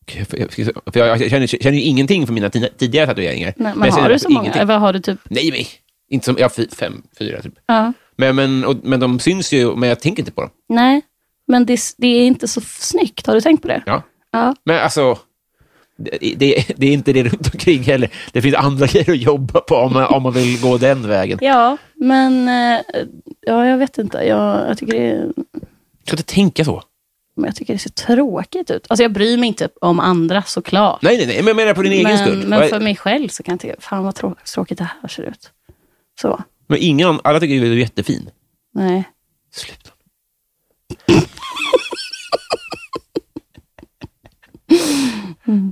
Speaker 1: gud, för jag- För jag, jag känner, känner ju ingenting för mina tina- tidigare tatueringar.
Speaker 2: Nej,
Speaker 1: jag
Speaker 2: men har
Speaker 1: känner
Speaker 2: du så många?
Speaker 1: ingenting.
Speaker 2: Eller har du typ...
Speaker 1: Nej, nej. Inte som, jag har fy- fem, fyra typ.
Speaker 2: Ja.
Speaker 1: Men, men, och, men de syns ju, men jag tänker inte på dem.
Speaker 2: Nej, men det, s- det är inte så f- snyggt. Har du tänkt på det?
Speaker 1: Ja.
Speaker 2: Ja.
Speaker 1: Men alltså, det, det, det är inte det runt omkring heller. Det finns andra grejer att jobba på om man, om man vill gå den vägen.
Speaker 2: Ja, men eh, ja, jag vet inte. Jag, jag, tycker det,
Speaker 1: Jag kan inte tänka så.
Speaker 2: men jag tycker det ser tråkigt ut. Alltså jag bryr mig inte om andra såklart.
Speaker 1: Nej, nej, nej, men jag menar på din egen skull.
Speaker 2: men, men
Speaker 1: Vad-
Speaker 2: för mig själv så kan jag tycka, fan vad trå- tråkigt det här ser ut. Så,
Speaker 1: men ingen, alla tycker ju att du är jättefin.
Speaker 2: nej.
Speaker 1: Sluta.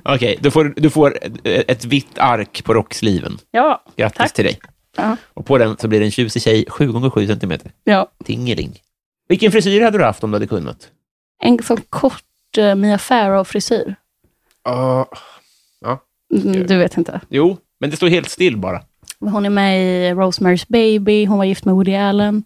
Speaker 1: Okej, du, får, du får ett vitt ark på rocksliven.
Speaker 2: Ja,
Speaker 1: Grattis
Speaker 2: tack.
Speaker 1: till dig.
Speaker 2: Ja.
Speaker 1: Och på den så blir det en tjusig tjej, 7 gånger 7 centimeter.
Speaker 2: ja.
Speaker 1: Tingeling. Vilken frisyr hade du haft om du hade kunnat?
Speaker 2: En sån kort eh, Mia Farrow-frisyr. Mm, du vet inte.
Speaker 1: jo, men det står helt still bara.
Speaker 2: Hon är med i Rosemary's Baby, hon var gift med Woody Allen.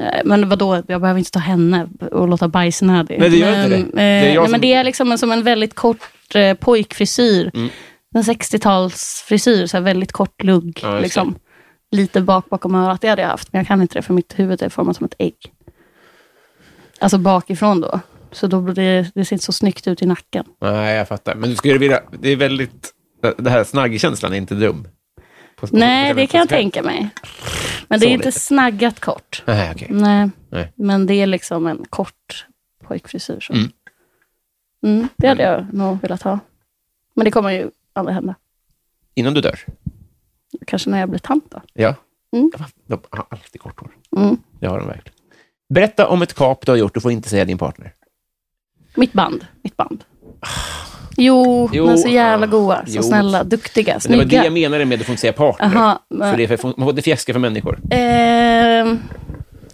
Speaker 2: Eh, Men vadå, jag behöver inte ta henne och låta bajsnödig.
Speaker 1: Nej, det gör
Speaker 2: men,
Speaker 1: inte det.
Speaker 2: eh,
Speaker 1: Det är jag
Speaker 2: nej,
Speaker 1: som-
Speaker 2: men det är liksom en, som en väldigt kort eh, pojkfrisyr.
Speaker 1: Mm.
Speaker 2: En 60-talsfrisyr, så här väldigt kort lugg.
Speaker 1: Ja, just
Speaker 2: liksom. Lite bak bakom örat, det hade jag haft. Men jag kan inte det, för mitt huvud är format som ett ägg. Alltså bakifrån då. Så då blir det, det ser inte så snyggt ut i nacken.
Speaker 1: Nej, jag fattar. Men du skulle vilja... Det är väldigt... Det här snaggkänslan är inte dum. På- på-
Speaker 2: Nej,
Speaker 1: på-
Speaker 2: det kan jag
Speaker 1: på-
Speaker 2: tänka mig. Men det
Speaker 1: Så
Speaker 2: är inte
Speaker 1: lite.
Speaker 2: snaggat kort.
Speaker 1: Nej, okej.
Speaker 2: Nej.
Speaker 1: Nej.
Speaker 2: men det är liksom en kort pojkfrisyr. Så. Mm. det hade
Speaker 1: Mm.
Speaker 2: jag nog velat ha. Men det kommer ju aldrig hända.
Speaker 1: Innan du dör?
Speaker 2: Kanske när jag blir tant då.
Speaker 1: Ja.
Speaker 2: Mm.
Speaker 1: De har alltid kort hår.
Speaker 2: Mm.
Speaker 1: Det har de verkligen. Berätta om ett kap du har gjort. Du får inte säga din partner.
Speaker 2: Mitt band. Mitt band. Jo,
Speaker 1: Jo,
Speaker 2: men så jävla
Speaker 1: ah,
Speaker 2: goa, så
Speaker 1: jo.
Speaker 2: snälla, duktiga,
Speaker 1: Men det var det jag
Speaker 2: snygga.
Speaker 1: menade med att du får inte säga partner.
Speaker 2: Aha, men-
Speaker 1: för det är för, man får inte fjäska för människor.
Speaker 2: Ehm,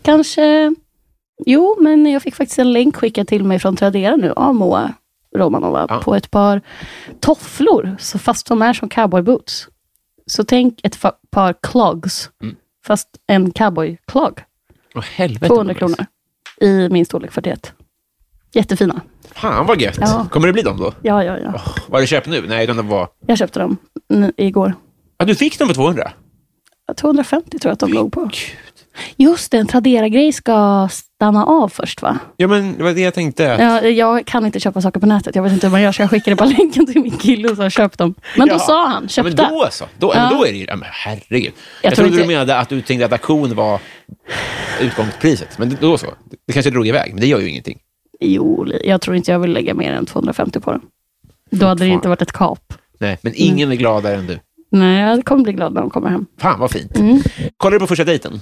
Speaker 2: kanske... Jo, men jag fick faktiskt en länk skickad till mig från Tradera nu av Moa Romanova
Speaker 1: Ja.
Speaker 2: på ett par tofflor, så fast de är som cowboyboots. Så tänk ett fa- par clogs, fast en cowboyclog.
Speaker 1: Åh, helvete.
Speaker 2: 200
Speaker 1: vad nice.
Speaker 2: kronor i min storlek 41. Jättefina.
Speaker 1: Fan vad gött.
Speaker 2: Ja.
Speaker 1: Kommer det bli dem då?
Speaker 2: Ja, ja, ja.
Speaker 1: Åh, vad har du köpt nu? Nej, utan det var...
Speaker 2: Jag köpte dem n- igår.
Speaker 1: Ja, du fick dem för 200?
Speaker 2: 250 tror jag att de låg på. Just det, en Tradera-grej ska stanna av först va?
Speaker 1: Ja, men det var det jag tänkte.
Speaker 2: Ja, jag kan inte köpa saker på nätet. Jag vet inte hur man gör, så jag skickade bara länken till min kille och sa köp dem. Men då
Speaker 1: Ja.
Speaker 2: sa han,
Speaker 1: Ja,
Speaker 2: köp
Speaker 1: men
Speaker 2: det.
Speaker 1: då så. Då, ja. men då är det ju... Ja, men herregud. Jag,
Speaker 2: tror
Speaker 1: trodde
Speaker 2: inte-
Speaker 1: du menade att du tänkte att auktion var utgångspriset. Men då så. Det kanske drog iväg, men det gör ju ingenting.
Speaker 2: Jo, li- jag tror inte jag vill lägga mer än 250 på den. Då hade det inte varit ett kap.
Speaker 1: Nej, men ingen är gladare än du.
Speaker 2: Nej, jag kommer bli glad när de kommer hem.
Speaker 1: Fan vad fint.
Speaker 2: Mm.
Speaker 1: Kollar du på första dejten?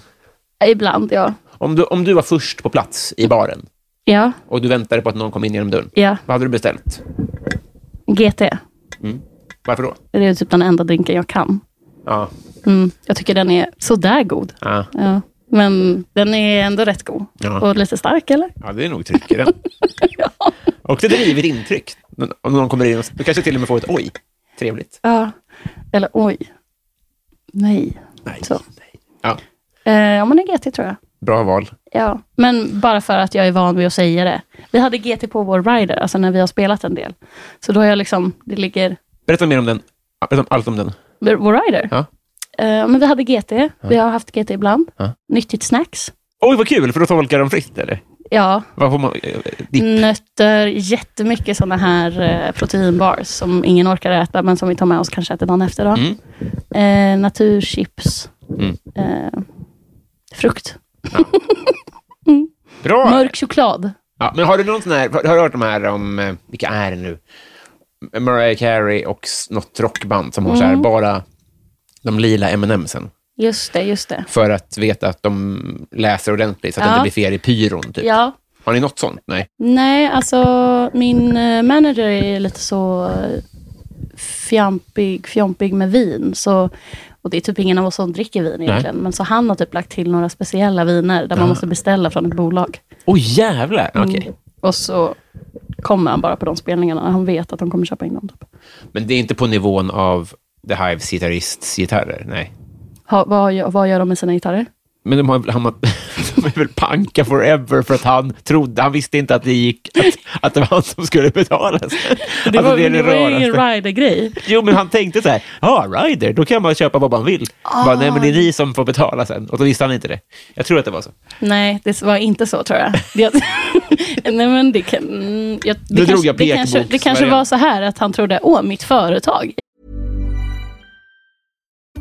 Speaker 2: Ibland, ja.
Speaker 1: Om du, om du var först på plats i baren
Speaker 2: Ja,
Speaker 1: och du väntade på att någon kom in genom dörren,
Speaker 2: ja.
Speaker 1: vad hade du beställt?
Speaker 2: GT.
Speaker 1: Varför då?
Speaker 2: Det är typ den enda drinken jag kan.
Speaker 1: Ja.
Speaker 2: Mm. Jag tycker den är sådär god.
Speaker 1: Ja.
Speaker 2: Ja. Men den är ändå rätt god.
Speaker 1: Ja.
Speaker 2: Och lite stark, eller?
Speaker 1: ja, det är nog tryck i den. Och det driver intryck. Men Om någon kommer in, och- du kanske till och med får ett oj. Trevligt.
Speaker 2: Ja. Eller oj. Nej.
Speaker 1: Nej.
Speaker 2: Så.
Speaker 1: nej. Ja,
Speaker 2: Eh, ja, men en GT tror jag.
Speaker 1: bra val.
Speaker 2: Ja, men bara för att jag är van vid att säga det. Vi hade GT på vår rider, alltså när vi har spelat en del. Så då har jag liksom, det ligger,
Speaker 1: Berätta mer om den. Ja, Berätta om allt om den.
Speaker 2: vår rider.
Speaker 1: Ja.
Speaker 2: Eh, men vi hade GT, vi har haft GT ibland.
Speaker 1: Ja.
Speaker 2: Nyttigt snacks.
Speaker 1: Oj, vad kul! För då tolkar de fritt, eller?
Speaker 2: Ja,
Speaker 1: Vad får man? eh, Dipp?
Speaker 2: nötter, jättemycket sådana här eh, proteinbars som ingen orkar äta, men som vi tar med oss kanske äter dagen efter. Då.
Speaker 1: Mm.
Speaker 2: Eh, naturchips.
Speaker 1: Mm.
Speaker 2: Eh, frukt.
Speaker 1: Bra!
Speaker 2: Mörk choklad.
Speaker 1: Ja, men har du någon sån här, har du hört de här om, eh, vilka är det nu? Mariah Carey och s- något rockband som har så här, bara de lila M&M'sen
Speaker 2: Just det, just det.
Speaker 1: för att veta att de läser ordentligt så att
Speaker 2: Ja.
Speaker 1: det inte blir fel i pyron. Typ.
Speaker 2: Ja,
Speaker 1: Har ni något sånt? Nej.
Speaker 2: Nej, alltså min eh, manager är lite så eh, fjampig, fjompig med vin. Så, och det är typ ingen av oss som dricker vin egentligen. Men så han har typ lagt till några speciella viner där man måste beställa från ett bolag. Mm.
Speaker 1: Oj, oh, jävlar! Okej.
Speaker 2: Och så kommer han bara på de spelningarna. Han vet att de kommer köpa in dem. Typ.
Speaker 1: Men det är inte på nivån av The Hives gitarrists gitarrer? Nej.
Speaker 2: Ha, vad, gör- vad gör de med sina gitarrer?
Speaker 1: Men de har väl hamnat... De är väl panka forever för att han trodde... Han visste inte att det gick... Att, att det var han som skulle Alltså, betalas.
Speaker 2: Det var, Alltså, det var ju
Speaker 1: raraste.
Speaker 2: ingen rider-grej.
Speaker 1: Jo, men han tänkte så här, ja, Ryder, då kan man köpa vad man vill. Bara, nej,
Speaker 2: Ah.
Speaker 1: men det är ni som får betala sen. Och då visste han inte det. Jag tror att det var så.
Speaker 2: Nej, det var inte så tror jag. Det, nej, men det kan... mm, Jag, det
Speaker 1: drog
Speaker 2: kanske,
Speaker 1: jag
Speaker 2: det kanske, det kanske var
Speaker 1: pekboksvariant.
Speaker 2: så här att han trodde, åh, mitt företag.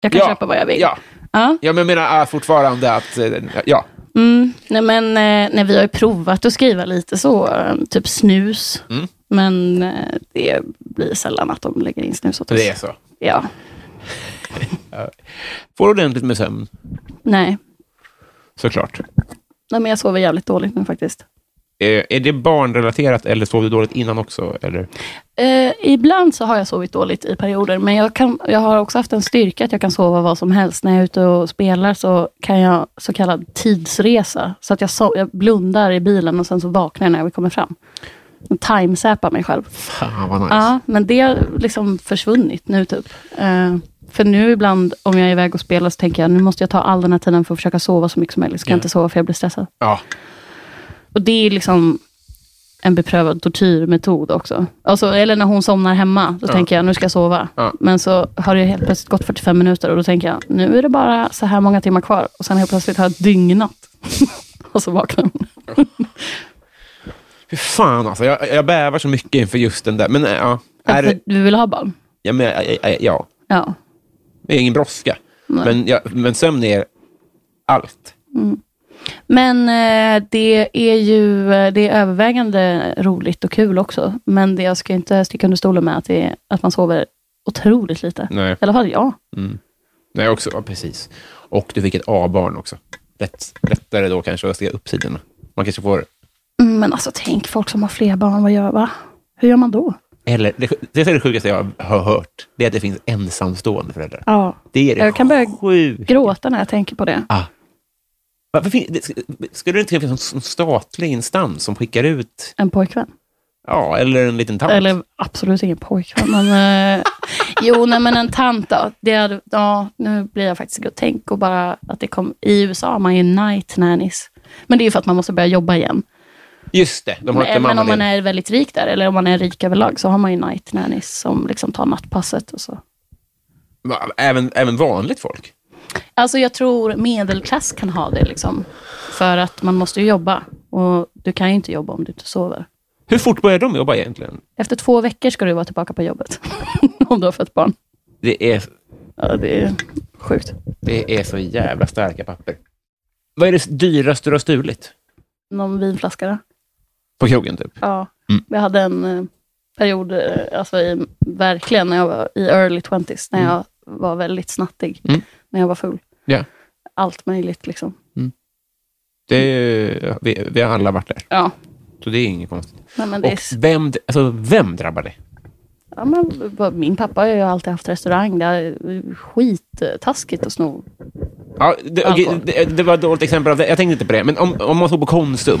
Speaker 2: Jag kan köpa vad jag vill.
Speaker 1: Ja,
Speaker 2: Ja.
Speaker 1: ja men jag menar äh, fortfarande att... eh, Ja,
Speaker 2: Mm. Nej, men, eh, nej, vi har ju provat att skriva lite så, eh, typ snus.
Speaker 1: Mm.
Speaker 2: Men eh, det blir sällan att de lägger in snus åt oss.
Speaker 1: det är så.
Speaker 2: Ja.
Speaker 1: Får ordentligt med sömn,
Speaker 2: Nej.
Speaker 1: såklart.
Speaker 2: Nej, men jag sover jävligt dåligt nu faktiskt.
Speaker 1: Eh, är det barnrelaterat eller sov du dåligt innan också? Eller?
Speaker 2: Eh, ibland så har jag sovit dåligt i perioder, men jag, kan, jag har också haft en styrka att jag kan sova vad som helst. När jag är ute och spelar så kan jag så kallad tidsresa. Så att jag, so- jag blundar i bilen och sen så vaknar jag när vi kommer fram. Jag Timesäpar mig själv.
Speaker 1: Fan Ah, vad nice.
Speaker 2: Ja, men det har liksom försvunnit nu typ. Eh, för nu ibland om jag är iväg och spelar så tänker jag nu måste jag ta all den här tiden för att försöka sova så mycket som möjligt. Så kan jag inte sova för jag blir stressad.
Speaker 1: Ja.
Speaker 2: Och det är liksom en beprövad tortyrmetod också. Alltså, eller när hon somnar hemma, då tänker jag nu ska jag sova.
Speaker 1: Ja.
Speaker 2: Men så har det helt plötsligt gått 45 minuter och då tänker jag nu är det bara så här många timmar kvar. Och sen helt plötsligt har jag dygnat. och så vaknar hon.
Speaker 1: Fy fan alltså, jag, jag bävar så mycket inför just den där. Men eh, ja,
Speaker 2: Alltså-
Speaker 1: är,
Speaker 2: För Du vill ha barn?
Speaker 1: ja, men, eh, eh, ja.
Speaker 2: Ja.
Speaker 1: det är ingen brådska. Men, ja, men sömn är allt.
Speaker 2: Men eh, det är ju eh, det är övervägande roligt och kul också. Men det, jag ska inte sticka under stolen med att, det är, att man sover otroligt lite.
Speaker 1: Nej.
Speaker 2: I alla fall jag.
Speaker 1: Nej, också, ja, precis. Och du fick ett A-barn också. Lätt, lättare då kanske att se upp sidorna. Man kanske får...
Speaker 2: Mm, Men alltså tänk folk som har fler barn, vad gör va? Hur gör man då?
Speaker 1: Eller, det, det är det sjukaste jag har hört. Det är att det finns ensamstående föräldrar.
Speaker 2: Ja.
Speaker 1: Det är det
Speaker 2: Jag kan börja
Speaker 1: sjukaste.
Speaker 2: gråta när jag tänker på det.
Speaker 1: Varför fin- det- sk- Skulle det inte kunna finnas en statlig instans som skickar ut,
Speaker 2: En pojkvän.
Speaker 1: ja, eller en liten tant?
Speaker 2: Eller absolut ingen pojkvän, men... Eh, jo, nej, men en tant då. Det hade, ja, nu blir jag faktiskt... Tänk och bara att det kom... I USA har man ju night nannies. Men det är ju för att man måste börja jobba igen.
Speaker 1: Just det, de har inte
Speaker 2: Men, men om man
Speaker 1: mammaledig.
Speaker 2: är väldigt rik där, eller om man är rik överlag, så har man ju night nannies som liksom tar nattpasset och så.
Speaker 1: Va, Även, även vanligt folk?
Speaker 2: Alltså jag tror medelklass kan ha det liksom. För att man måste ju jobba. Och du kan ju inte jobba om du inte sover.
Speaker 1: Hur fort börjar de jobba egentligen?
Speaker 2: Efter två veckor ska du vara tillbaka på jobbet. om du har fött barn.
Speaker 1: Det är,
Speaker 2: Ja, det är sjukt.
Speaker 1: det är så jävla starka papper. Vad är det dyraste du har stulit?
Speaker 2: Någon vinflaska då?
Speaker 1: På krogen, typ?
Speaker 2: Ja. Jag hade en eh, period, eh, alltså i, verkligen när jag var i early 20s, när jag var väldigt snattig.
Speaker 1: Mm.
Speaker 2: När jag var full.
Speaker 1: Ja.
Speaker 2: Allt möjligt liksom.
Speaker 1: Det är, vi, vi har alla varit där,
Speaker 2: Ja.
Speaker 1: så det är inget konstigt.
Speaker 2: Nej, men det är...
Speaker 1: Och
Speaker 2: s-
Speaker 1: vem, alltså, vem drabbar det?
Speaker 2: Ja, men, b- min pappa har ju alltid haft restaurang. Det är skittaskigt att sno.
Speaker 1: Ja, det, okej,
Speaker 2: Alkohol.
Speaker 1: det, det var ett dåligt exempel, av det. jag tänkte inte på det. Men om, om man såg på Konsum,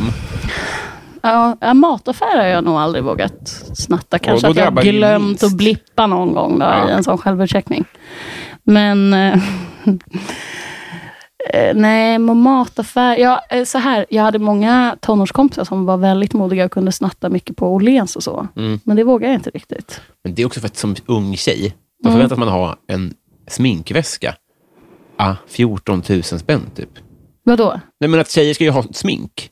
Speaker 2: Ja, ja, mataffär har jag nog aldrig vågat snatta. Kanske
Speaker 1: då
Speaker 2: att jag
Speaker 1: drabbar
Speaker 2: har
Speaker 1: det ju
Speaker 2: glömt
Speaker 1: minst.
Speaker 2: att blippa någon gång då,
Speaker 1: Ja.
Speaker 2: i en sån självutcheckning. Men eh, eh, nej, men mataffär. Ja, eh, så här, jag hade många tonårskompisar som var väldigt modiga och kunde snatta mycket på Åhléns och så.
Speaker 1: Mm.
Speaker 2: Men det vågar jag inte riktigt.
Speaker 1: Men det är också för att som ung tjej, då förväntas man ha en sminkväska. Ah, 14 000 spänn typ.
Speaker 2: Vadå?
Speaker 1: Nej men att tjejer ska ju ha smink.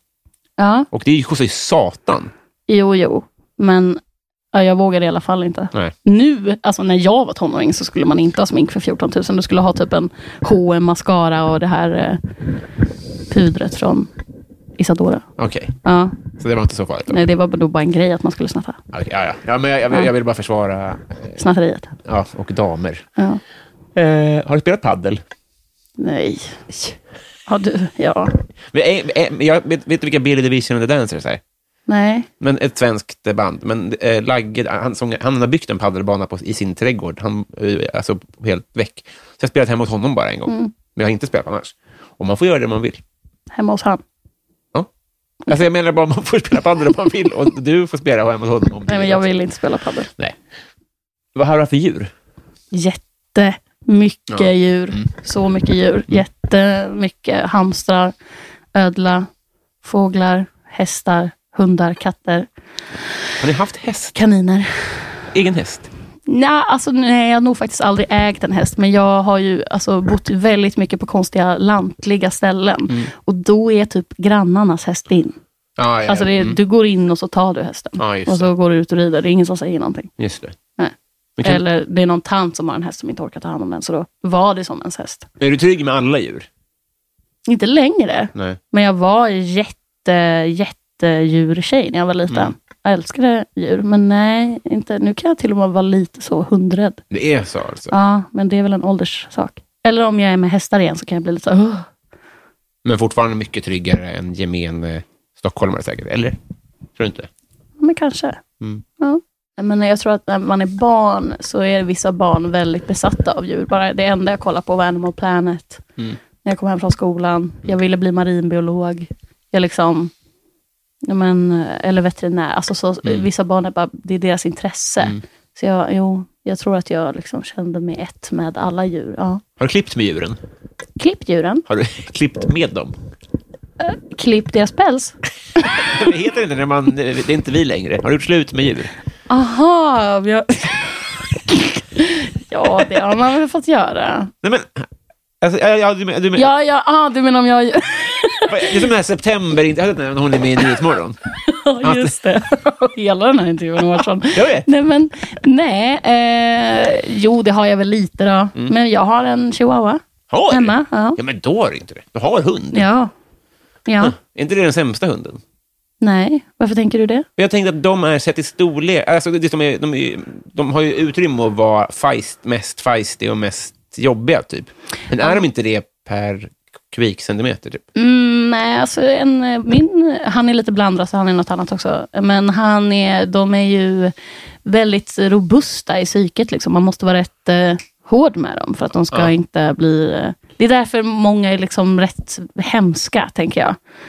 Speaker 2: Ja,
Speaker 1: Och det kostar ju satan.
Speaker 2: jo, jo. Men ja, jag vågade i alla fall inte.
Speaker 1: Nej.
Speaker 2: Nu, alltså när jag var tonåring så skulle man inte ha smink för 14 000. Du skulle ha typ en H&M mascara och det här eh, pudret från Isadora.
Speaker 1: Okej,
Speaker 2: Ja,
Speaker 1: så det var inte så farligt. då.
Speaker 2: nej, det var nog bara en grej att man skulle snatta.
Speaker 1: Okej, ja, ja. ja, men jag, jag, vill- jag vill bara försvara, eh,
Speaker 2: Snatteriet.
Speaker 1: ja, och damer.
Speaker 2: Ja.
Speaker 1: Eh, har du spelat paddel?
Speaker 2: Nej. Har du? Ja.
Speaker 1: Men, eh, eh, men jag vet, vet du vilka Billy Division and the Dancers är?
Speaker 2: Nej.
Speaker 1: Men ett svenskt eh, band. Men eh, Lagge, han, som, han har byggt en paddelbana på, i sin trädgård. Han, eh, alltså helt väck. Så jag har spelat hemma hos honom bara en gång.
Speaker 2: Mm.
Speaker 1: Men jag har inte spelat annars. Och man får göra det man vill.
Speaker 2: Hemma hos han.
Speaker 1: Alltså jag menar bara, man får spela padel om man vill. Och du får spela hemma hos honom om du
Speaker 2: Nej, men jag vill inte spela padel.
Speaker 1: Nej. Vad har du för djur?
Speaker 2: Jättemycket
Speaker 1: Ja. Mm.
Speaker 2: djur. Så mycket djur. Jättemycket hamstrar, ödla, fåglar, hästar, hundar, katter,
Speaker 1: Har ni haft häst?
Speaker 2: kaniner.
Speaker 1: Egen häst?
Speaker 2: Nej, alltså, nej, jag har nog faktiskt aldrig ägt en häst, men jag har ju alltså, bott väldigt mycket på konstiga lantliga ställen.
Speaker 1: Mm.
Speaker 2: Och då är typ grannarnas häst din.
Speaker 1: Ah, ja,
Speaker 2: Alltså, det är, Du går in och så tar du hästen.
Speaker 1: Ja, just
Speaker 2: och så går du ut och rider. Det är ingen som säger någonting.
Speaker 1: Just det.
Speaker 2: Nej.
Speaker 1: Men kan-
Speaker 2: Eller det är någon tant som har en häst som inte orkar ta hand om den, så då var det som ens häst.
Speaker 1: Är du trygg med alla djur?
Speaker 2: Inte längre,
Speaker 1: Nej.
Speaker 2: men jag var jätte, jätte djurtjej när jag var liten. Jag älskade djur, men nej, inte. Nu kan jag till och med vara lite så hundrädd.
Speaker 3: Det är så alltså?
Speaker 2: Ja, men det är väl en ålderssak. Eller om jag är med hästar igen så kan jag bli lite så "Åh."
Speaker 3: Men fortfarande mycket tryggare än gemene stockholmare säkert, eller? Tror du inte?
Speaker 2: Men kanske. Ja. Men jag tror att när man är barn så är vissa barn väldigt besatta av djur. Bara det enda jag kollade på var Animal Planet. När jag kom hem från skolan. Jag ville bli marinbiolog. Jag liksom, ja, men, eller veterinär. Alltså så, Vissa barn är bara, det är deras intresse. Så jag, jo, jag tror att jag liksom kände mig ett med alla djur. Ja.
Speaker 1: Har du klippt med djuren?
Speaker 2: Klipp djuren.
Speaker 1: Har du klippt med dem?
Speaker 2: Klipp deras päls.
Speaker 1: Det heter inte när man... Det är inte vi längre. Har du gjort slut med djur?
Speaker 2: Aha, jag... ja, det har man väl fått göra.
Speaker 1: Nej men... Alltså, ja, ja, du, men- du, men-
Speaker 2: Ja, ja, ah, du menar om jag...
Speaker 1: Det är som den här september... Inte, jag vet inte, när hon är med i Nyhetsmorgon.
Speaker 2: Ja, just det. Hela den här intervjun har varit sån.
Speaker 1: Jag vet.
Speaker 2: Nej, men nej. Eh, jo, det har jag väl lite då.
Speaker 1: Mm.
Speaker 2: Men jag har en chihuahua.
Speaker 1: Har du?
Speaker 2: Hemma, ja.
Speaker 1: ja, men då har du inte det. Du har hund.
Speaker 2: Ja. Ja.
Speaker 1: Är inte det den sämsta hunden?
Speaker 2: Nej, varför tänker du det?
Speaker 1: Jag tänkte att de är sett i storlek, alltså det- de, är, de, är, de har ju utrymme att vara feist, mest feisty och mest jobbiga typ. Men är de inte det per kubikcentimeter typ?
Speaker 2: Mm, nej, alltså en, eh, min, han är lite blandad, så han är något annat också. Men han är, de är ju väldigt robusta i psyket. Liksom. Man måste vara rätt eh, hård med dem för att de ska inte bli... Eh, det är därför många är liksom rätt hemska, tänker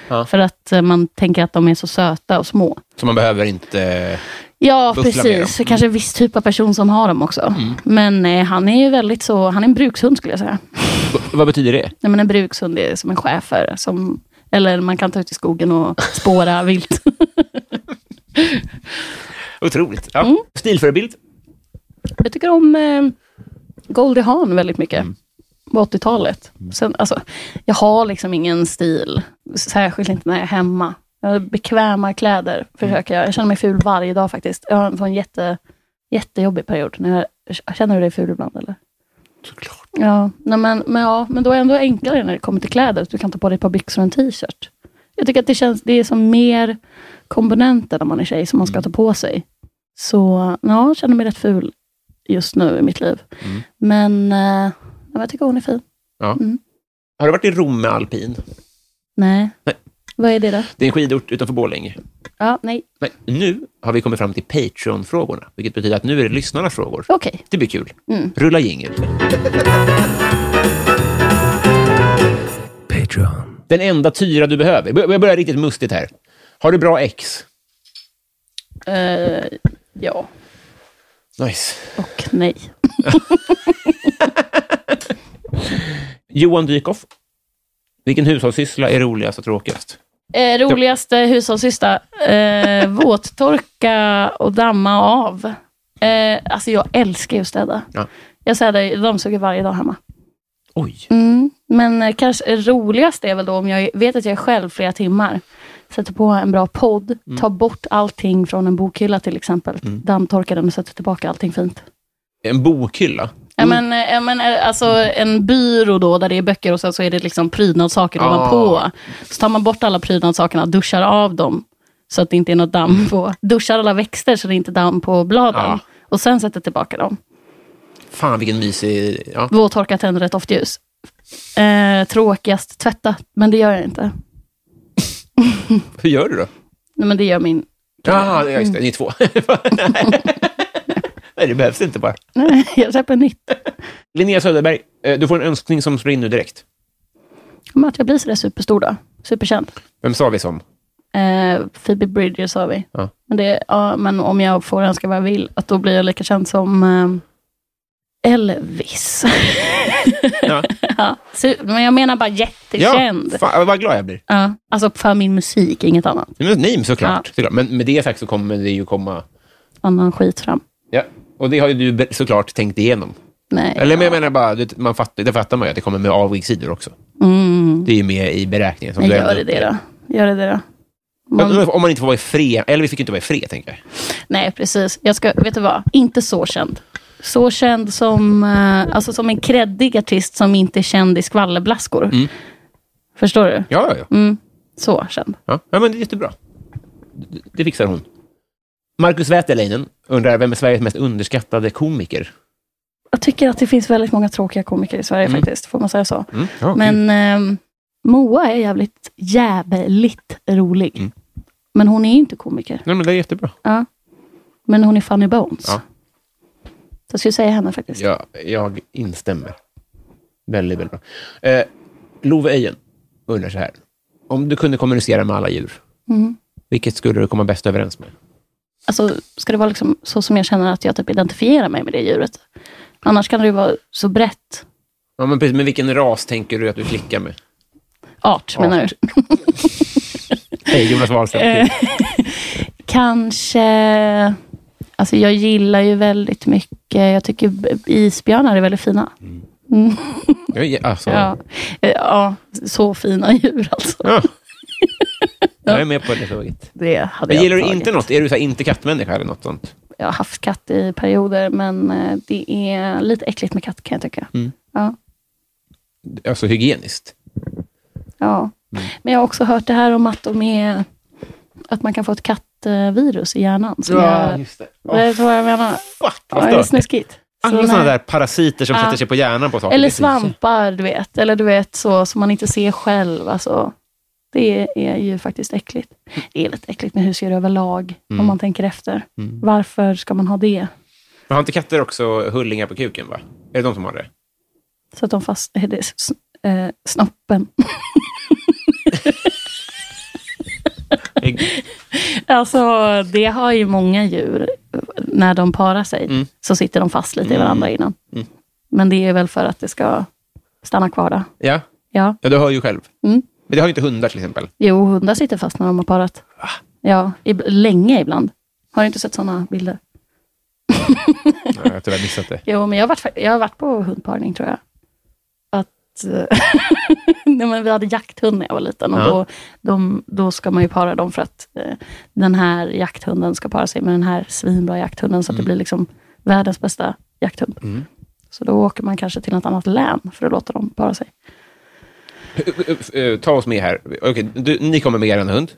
Speaker 2: jag. För att eh, man tänker att de är så söta och små.
Speaker 1: Så man behöver inte...
Speaker 2: Ja,
Speaker 1: Buffla med
Speaker 2: precis.
Speaker 1: dem. Mm.
Speaker 2: Kanske en viss typ av person som har dem också. Men eh, han är ju väldigt så... Han är en brukshund, skulle jag säga.
Speaker 1: Vad betyder det?
Speaker 2: Nej, men en brukshund är som en schäfer. Som, eller man kan ta ut i skogen och spåra vilt.
Speaker 1: Otroligt. Ja.
Speaker 2: Mm.
Speaker 1: Stilförebild?
Speaker 2: Jag tycker om eh, Goldie Hawn väldigt mycket. På 80-talet. Sen, alltså, jag har liksom ingen stil. Särskilt inte när jag är hemma. Jag har bekväma kläder. Försöker jag. jag känner mig ful varje dag faktiskt. Jag har en sån jätte, jättejobbig period. När jag, känner du dig ful ibland eller?
Speaker 1: Såklart.
Speaker 2: Ja, nej men, men, ja, men då är det ändå enklare när det kommer till kläder. att Du kan ta på dig ett par byxor och en t-shirt. Jag tycker att det känns, det är som mer komponenter när man är tjej som man ska ta på sig. Så ja, jag känner mig rätt ful just nu i mitt liv. Men, eh, ja, men jag tycker hon är fin.
Speaker 1: Mm. Ja.
Speaker 2: Mm.
Speaker 1: Har du varit i Romme alpin?
Speaker 2: Nej.
Speaker 1: Nej.
Speaker 2: Vad är det då?
Speaker 1: Det är en skidort utanför Borlänge.
Speaker 2: Ja, nej.
Speaker 1: Men nu har vi kommit fram till Patreon-frågorna, vilket betyder att nu är det lyssnarnas frågor.
Speaker 2: Okej.
Speaker 1: Det blir kul. Rulla jingel.
Speaker 3: Patreon.
Speaker 1: Den enda tyra du behöver. Bör- Jag börjar riktigt mustigt här. Har du bra ex?
Speaker 2: Eh, ja
Speaker 1: Nice.
Speaker 2: och nej.
Speaker 1: Johan Dykhoff. Vilken hushållssyssla är roligast och tråkigast?
Speaker 2: Eh, roligaste hushållssyssla? Eh, våttorka och damma av. Eh, alltså jag älskar ju att städa.
Speaker 1: Ja.
Speaker 2: Jag städar, ju- dammsuger varje dag hemma.
Speaker 1: Oj.
Speaker 2: Mm. Men eh, kanske roligast är väl då om jag vet att jag är själv flera timmar. Sätter på en bra podd,
Speaker 1: Mm.
Speaker 2: tar bort allting från en bokhylla till exempel. Dammtorkar den och sätter tillbaka allting fint.
Speaker 1: En bokhylla.
Speaker 2: Ja, men, eh, ja, men, eh, alltså, en byrå då, där det är böcker och sen så är det liksom prydnadssaker
Speaker 1: Ah.
Speaker 2: ovanpå. Så tar man bort alla prydnadssakerna, duschar av dem så att det inte är något damm på. Duschar alla växter så det är inte damm på bladen.
Speaker 1: Ah.
Speaker 2: Och sen sätter tillbaka dem.
Speaker 1: Fan, vilken mysig... Ja.
Speaker 2: Våttorka tänder ett doftljus. Eh, tråkigast, tvätta. Men det gör jag inte.
Speaker 1: Hur gör du då?
Speaker 2: Nej, men det gör min...
Speaker 1: Ja, ah, just det. Ni är två. Nej, det behövs inte bara.
Speaker 2: Nej, jag släpper nytt.
Speaker 1: Linnea Söderberg, eh, du får en önskning som slår in nu direkt.
Speaker 2: Men att jag blir sådär superstor då. Superkänd.
Speaker 1: Vem sa vi som?
Speaker 2: Eh, Phoebe Bridgers har vi.
Speaker 1: Ja.
Speaker 2: Men, det, ja, men om jag får önska vad jag vill, att då blir jag lika känd som eh, Elvis.
Speaker 1: Ja.
Speaker 2: ja, su- men jag menar bara jättekänd.
Speaker 1: Ja, fan, vad glad jag blir.
Speaker 2: Ja, alltså för min musik, inget annat.
Speaker 1: Men, nej, såklart. såklart. Men med det sagt så kommer det ju komma...
Speaker 2: Annan skit fram.
Speaker 1: Ja. Och det har ju du be- såklart tänkt igenom.
Speaker 2: Nej.
Speaker 1: Eller men jag menar bara, du vet, man fattar, det fattar man ju att det kommer med avigsidor också.
Speaker 2: Mm.
Speaker 1: Det är ju med i beräkningen. Som
Speaker 2: Men
Speaker 1: du
Speaker 2: Gör
Speaker 1: ändå-
Speaker 2: det det då? Gör det det då?
Speaker 1: Men
Speaker 2: Man,
Speaker 1: Om man inte får vara i fred. Eller vi fick inte vara i fred, tänker jag.
Speaker 2: nej, precis. Jag ska, vet du vad? Inte så känd. Så känd som, eh, alltså som en kreddig artist som inte är känd i skvallerblaskor.
Speaker 1: Mm.
Speaker 2: Förstår du? Mm.
Speaker 1: Ja, ja, ja.
Speaker 2: Så känd.
Speaker 1: ja. ja men det är jättebra. D- Det fixar hon. Markus Väteläinen undrar, vem är Sveriges mest underskattade komiker?
Speaker 2: Jag tycker att det finns väldigt många tråkiga komiker i Sverige
Speaker 1: Mm.
Speaker 2: faktiskt, får man säga så.
Speaker 1: Mm. Ja,
Speaker 2: Men ehm, Moa är jävligt, jävligt rolig.
Speaker 1: Mm.
Speaker 2: Men hon är inte komiker.
Speaker 1: Nej, men det är jättebra.
Speaker 2: Ja. Men hon är Funny Bones.
Speaker 1: Ja.
Speaker 2: Så jag skulle säga henne faktiskt.
Speaker 1: Ja, jag instämmer. Väldigt, väldigt bra. Eh, Love Öjen undrar så här. Om du kunde kommunicera med alla djur,
Speaker 2: Mm.
Speaker 1: vilket skulle du komma bäst överens med?
Speaker 2: Alltså, ska det vara liksom så som jag känner att jag typ identifierar mig med det djuret? Annars kan det ju vara så brett.
Speaker 1: Ja, men precis. Men vilken ras tänker du att du klickar med?
Speaker 2: Art, menar du?
Speaker 1: Hej, Jonas
Speaker 2: Eh.
Speaker 1: Wahlström.
Speaker 2: Kanske... Alltså jag gillar ju väldigt mycket... Jag tycker b- isbjörnar är väldigt fina.
Speaker 1: Jag är- Alltså,
Speaker 2: Ja, Eh, ja så fina djur alltså.
Speaker 1: Ja. Jag är med på det tåget.
Speaker 2: Det hade
Speaker 1: Men
Speaker 2: jag
Speaker 1: gillar du
Speaker 2: tagit.
Speaker 1: inte något? Är du så här, inte kattmänniska eller något sånt?
Speaker 2: Jag har haft katt i perioder, men eh, det är lite äckligt med katt kan jag tycka. Ja,
Speaker 1: Alltså hygieniskt?
Speaker 2: ja.
Speaker 1: Mm.
Speaker 2: Men jag har också hört det här om att, de är, att man kan få ett kattvirus i hjärnan. Som jag,
Speaker 1: just det.
Speaker 2: Vet du vad jag menar?
Speaker 1: fuck,
Speaker 2: Ja,
Speaker 1: vad
Speaker 2: det är
Speaker 1: stört.
Speaker 2: snuskigt. Så
Speaker 1: Alla
Speaker 2: nej.
Speaker 1: sådana där parasiter som
Speaker 2: Ja.
Speaker 1: sätter sig på hjärnan på saker.
Speaker 2: Eller
Speaker 1: Det finns ju.
Speaker 2: svampar, du vet. Eller du vet, så som man inte ser själv. Alltså, det är ju faktiskt äckligt. Det är lite äckligt med husdjur överlag, om man tänker efter. Varför ska man ha det?
Speaker 1: Men har inte katter också hullingar på kuken? va? Är det de som har det?
Speaker 2: Så att de fast... eh, Det, är s- eh, snoppen. Alltså, det har ju många djur. När de parar sig så sitter de fast lite i varandra innan. Men det är väl för att det ska stanna kvar där.
Speaker 1: Ja,
Speaker 2: Ja.
Speaker 1: ja du hör ju själv.
Speaker 2: Mm.
Speaker 1: Men det har ju inte hundar till exempel.
Speaker 2: Jo, hundar sitter fast när de har parat. Ja, ib- länge ibland. Har du inte sett sådana bilder?
Speaker 1: Nej, jag har tyvärr missat det.
Speaker 2: Jo, men jag har varit, fa- jag har varit på hundparning tror jag. Att, eh, nej, men vi hade jakthund när jag var liten och
Speaker 1: Ja.
Speaker 2: då, de, då ska man ju para dem för att eh, den här jakthunden ska para sig med den här svinbra jakthunden så att det blir liksom världens bästa jakthund. Så då åker man kanske till något annat län för att låta dem para sig.
Speaker 1: Eh, Ta oss med här. Okej, du, ni kommer med er en hund.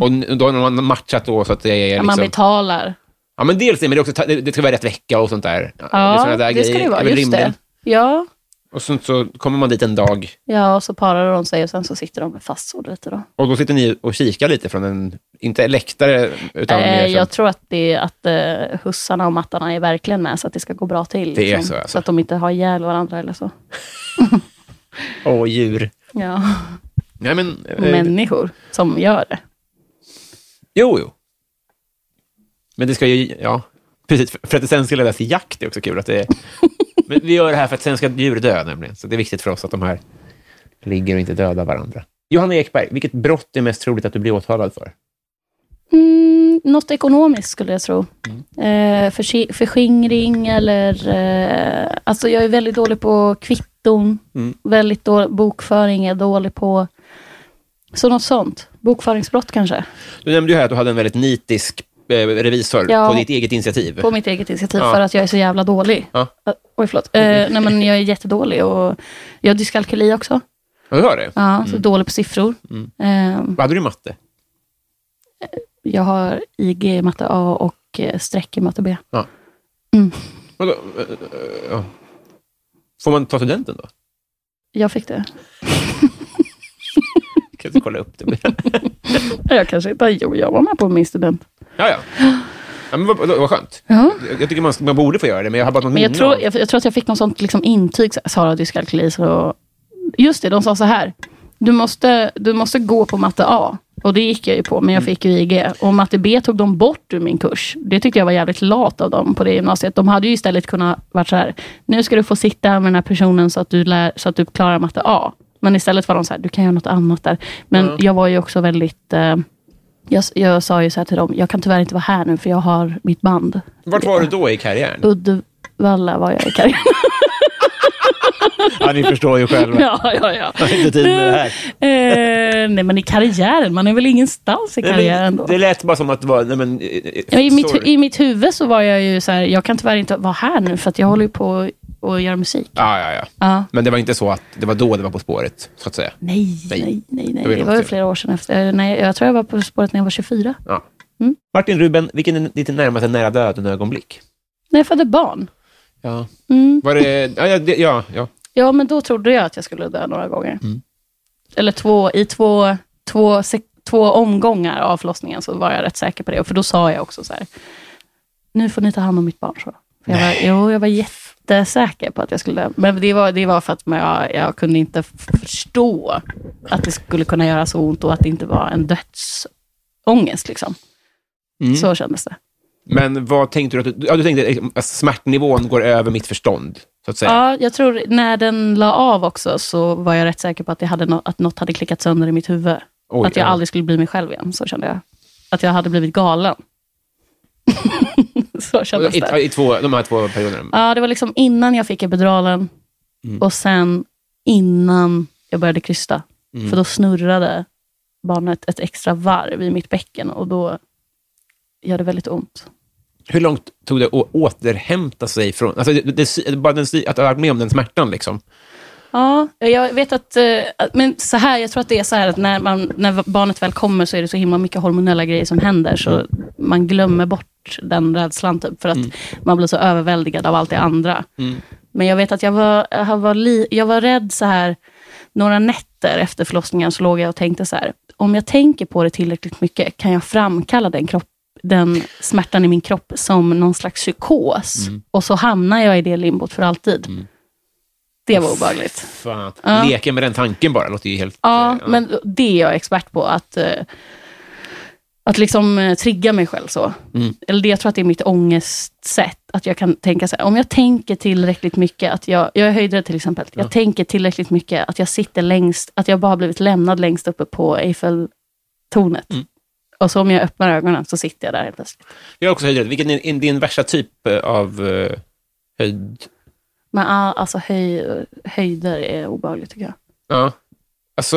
Speaker 1: Och n- då har man matchat då så att det är
Speaker 2: Mm. Ja,
Speaker 1: liksom...
Speaker 2: Man betalar.
Speaker 1: Ja, men dels det, men det, är också, ta- det- det ska vara rätt vecka och sånt där. är såna
Speaker 2: Ja,
Speaker 1: där
Speaker 2: det ska
Speaker 1: grejer.
Speaker 2: det vara.
Speaker 1: är väl
Speaker 2: Just det.
Speaker 1: rimligt.
Speaker 2: Ja,
Speaker 1: Och sen så kommer man dit en dag
Speaker 2: Ja, och så parar de sig och sen så sitter de fast så lite då.
Speaker 1: och då sitter ni och kikar lite från en, inte läktare, utan
Speaker 2: Eh,
Speaker 1: mer som...
Speaker 2: jag tror att, det är att eh, hussarna och mattarna är verkligen med så att det ska gå bra till.
Speaker 1: Det är
Speaker 2: liksom.
Speaker 1: så, alltså.
Speaker 2: att de inte har ihjäl varandra eller så.
Speaker 1: Åh, djur.
Speaker 2: Ja.
Speaker 1: Nej, men... eh,
Speaker 2: Människor som gör det.
Speaker 1: Jo, jo. Men det ska ju, ja, precis. För för att det sen ska ledas till jakt är också kul. Att det är, men vi gör det här för att sen ska djur dö nämligen. Så det är viktigt för oss att de här ligger och inte dödar varandra. Johanna Ekberg, vilket brott är mest troligt att du blir åtalad för?
Speaker 2: Mm, något ekonomiskt skulle jag tro.
Speaker 1: Mm.
Speaker 2: Eh, försi- förskingring eller... Eh, alltså jag är väldigt dålig på kvitton.
Speaker 1: Mm.
Speaker 2: Väldigt dålig, bokföring är jag dålig på. Så något sånt. Bokföringsbrott kanske.
Speaker 1: Du nämnde ju här att du hade en väldigt nitisk eh, revisor
Speaker 2: Ja.
Speaker 1: på ditt eget initiativ.
Speaker 2: På mitt eget initiativ
Speaker 1: Ja.
Speaker 2: för att jag är så jävla dålig.
Speaker 1: Ja.
Speaker 2: Ä- Oj, förlåt. Eh, nej, men jag är jättedålig och jag har dyskalkyli också.
Speaker 1: Ja, du har det?
Speaker 2: Ja, så dålig på siffror.
Speaker 1: Mm.
Speaker 2: Eh,
Speaker 1: Vad hade du i matte?
Speaker 2: jag har IG i matte A och eh, streck i matte B.
Speaker 1: Vadå? Eh, eh, ja. Får man ta studenten då?
Speaker 2: Jag fick det.
Speaker 1: Jag kan inte kolla upp det.
Speaker 2: Jag kanske inte... Jo, jag var med på min student.
Speaker 1: ja, ja. ja men vad, vad, vad skönt.
Speaker 2: Ja.
Speaker 1: Jag, jag tycker man, man borde få göra det, men jag har bara något
Speaker 2: Men jag
Speaker 1: minne
Speaker 2: tror,
Speaker 1: av-
Speaker 2: jag, jag tror att jag fick något sånt liksom intyg, så här, Sara dyskalkyli. Så, just det, de sa så här. Du måste, du måste gå på matte A. Och det gick jag ju på, men jag fick ju IG. Och matte B tog de bort ur min kurs. Det tyckte jag var jävligt lat av dem på det gymnasiet. De hade ju istället kunnat varit så här. Nu ska du få sitta med den här personen så att du, lär, så att du klarar matte A. Men istället var de så här, du kan göra något annat där. Men jag var ju också väldigt... Eh, jag, jag sa ju så här till dem, jag kan tyvärr inte vara här nu för jag har mitt band.
Speaker 1: Vart var du då i karriären?
Speaker 2: Uddevalla var jag i karriären.
Speaker 1: Ja, ni förstår ju själva.
Speaker 2: Ja, ja, ja.
Speaker 1: inte tid med det här.
Speaker 2: Eh, nej, men i karriären. Man är väl ingenstans i karriären då?
Speaker 1: det lät bara som att det var... Nej, men, eh, eh,
Speaker 2: Ja, i, mitt,
Speaker 1: sorry.
Speaker 2: I mitt huvud så var jag ju så här, jag kan tyvärr inte vara här nu för att jag håller ju på att göra musik.
Speaker 1: Ja, ja, ja.
Speaker 2: Ja.
Speaker 1: Men det var inte så att det var då det var På spåret, så att säga.
Speaker 2: Nej,
Speaker 1: Nej.
Speaker 2: nej, nej. nej,
Speaker 1: vill
Speaker 2: Det
Speaker 1: inte
Speaker 2: var ju
Speaker 1: göra.
Speaker 2: flera år sedan efter. eh, Nej, jag tror jag var På spåret när jag var 24.
Speaker 1: Ja.
Speaker 2: Mm.
Speaker 1: Martin Ruben, vilken är ditt närmaste nära döden-ögonblick?
Speaker 2: När jag födde barn.
Speaker 1: Ja.
Speaker 2: Mm.
Speaker 1: Var det... Ja, ja, det- ja, ja.
Speaker 2: Ja, men då trodde jag att jag skulle dö några gånger. Eller två, i två, två, se, två omgångar av förlossningen så var jag rätt säker på det. För då sa jag också så här, nu får ni ta hand om mitt barn. Så. För jag, var, jo, jag var jättesäker på att jag skulle dö. Men det var, det var för att jag, jag kunde inte f- förstå att det skulle kunna göra så ont och att det inte var en dödsångest. Liksom.
Speaker 1: Mm.
Speaker 2: Så kändes det.
Speaker 1: Men vad tänkte du? Att du, ja, du tänkte liksom, att smärtnivån går över mitt förstånd, så att säga.
Speaker 2: Ja, jag tror när den la av också så var jag rätt säker på att, det hade nå- att något hade klickat sönder i mitt huvud.
Speaker 1: Oj,
Speaker 2: att jag
Speaker 1: ja.
Speaker 2: aldrig skulle bli mig själv igen, så kände jag. Att jag hade blivit galen. så kändes
Speaker 1: I,
Speaker 2: det.
Speaker 1: i två, de här två perioderna.
Speaker 2: Ja, det var liksom innan jag fick epiduralen
Speaker 1: Mm.
Speaker 2: och sen innan jag började krysta.
Speaker 1: Mm.
Speaker 2: För då snurrade barnet ett extra varv i mitt bäcken och då gör det väldigt ont.
Speaker 1: Hur långt tog det att återhämta sig från... Alltså, det, det, bara den, sy- att ha varit med om den smärtan, liksom.
Speaker 2: Ja, jag vet att... eh, att- Men så här, jag tror att det är så här att när, man, när barnet väl kommer så är det så himla mycket hormonella grejer som händer. Så man glömmer bort den rädslan typ, för att man blir så överväldigad av allt det andra. Men jag vet att jag var, jag, var li, jag var rädd så här några nätter efter förlossningen så låg jag och tänkte så här. Om jag tänker på det tillräckligt mycket kan jag framkalla den, kropp, den smärtan i min kropp som någon slags psykos. Och så hamnar jag i det limbot för alltid. Det var obehagligt.
Speaker 1: Fan.
Speaker 2: Ja.
Speaker 1: Leken med den tanken bara låter ju helt...
Speaker 2: Ja,
Speaker 1: eh,
Speaker 2: men det är jag expert på. Att, eh, att liksom eh, trigga mig själv så. Eller det, jag tror att det är mitt ångestsätt. Att jag kan tänka så här, om jag tänker tillräckligt mycket att jag, jag är höjdrädd till exempel. Jag tänker tillräckligt mycket att jag sitter längst, att jag bara har blivit lämnad längst uppe på Eiffeltornet. Mm. Och så om jag öppnar ögonen så sitter jag där helt plötsligt.
Speaker 1: Jag är också höjdrädd. Vilken är är din värsta typ eh, av eh, höjd?
Speaker 2: Men ah, alltså höj, höjder är obehagligt tycker jag.
Speaker 1: Ja. Alltså,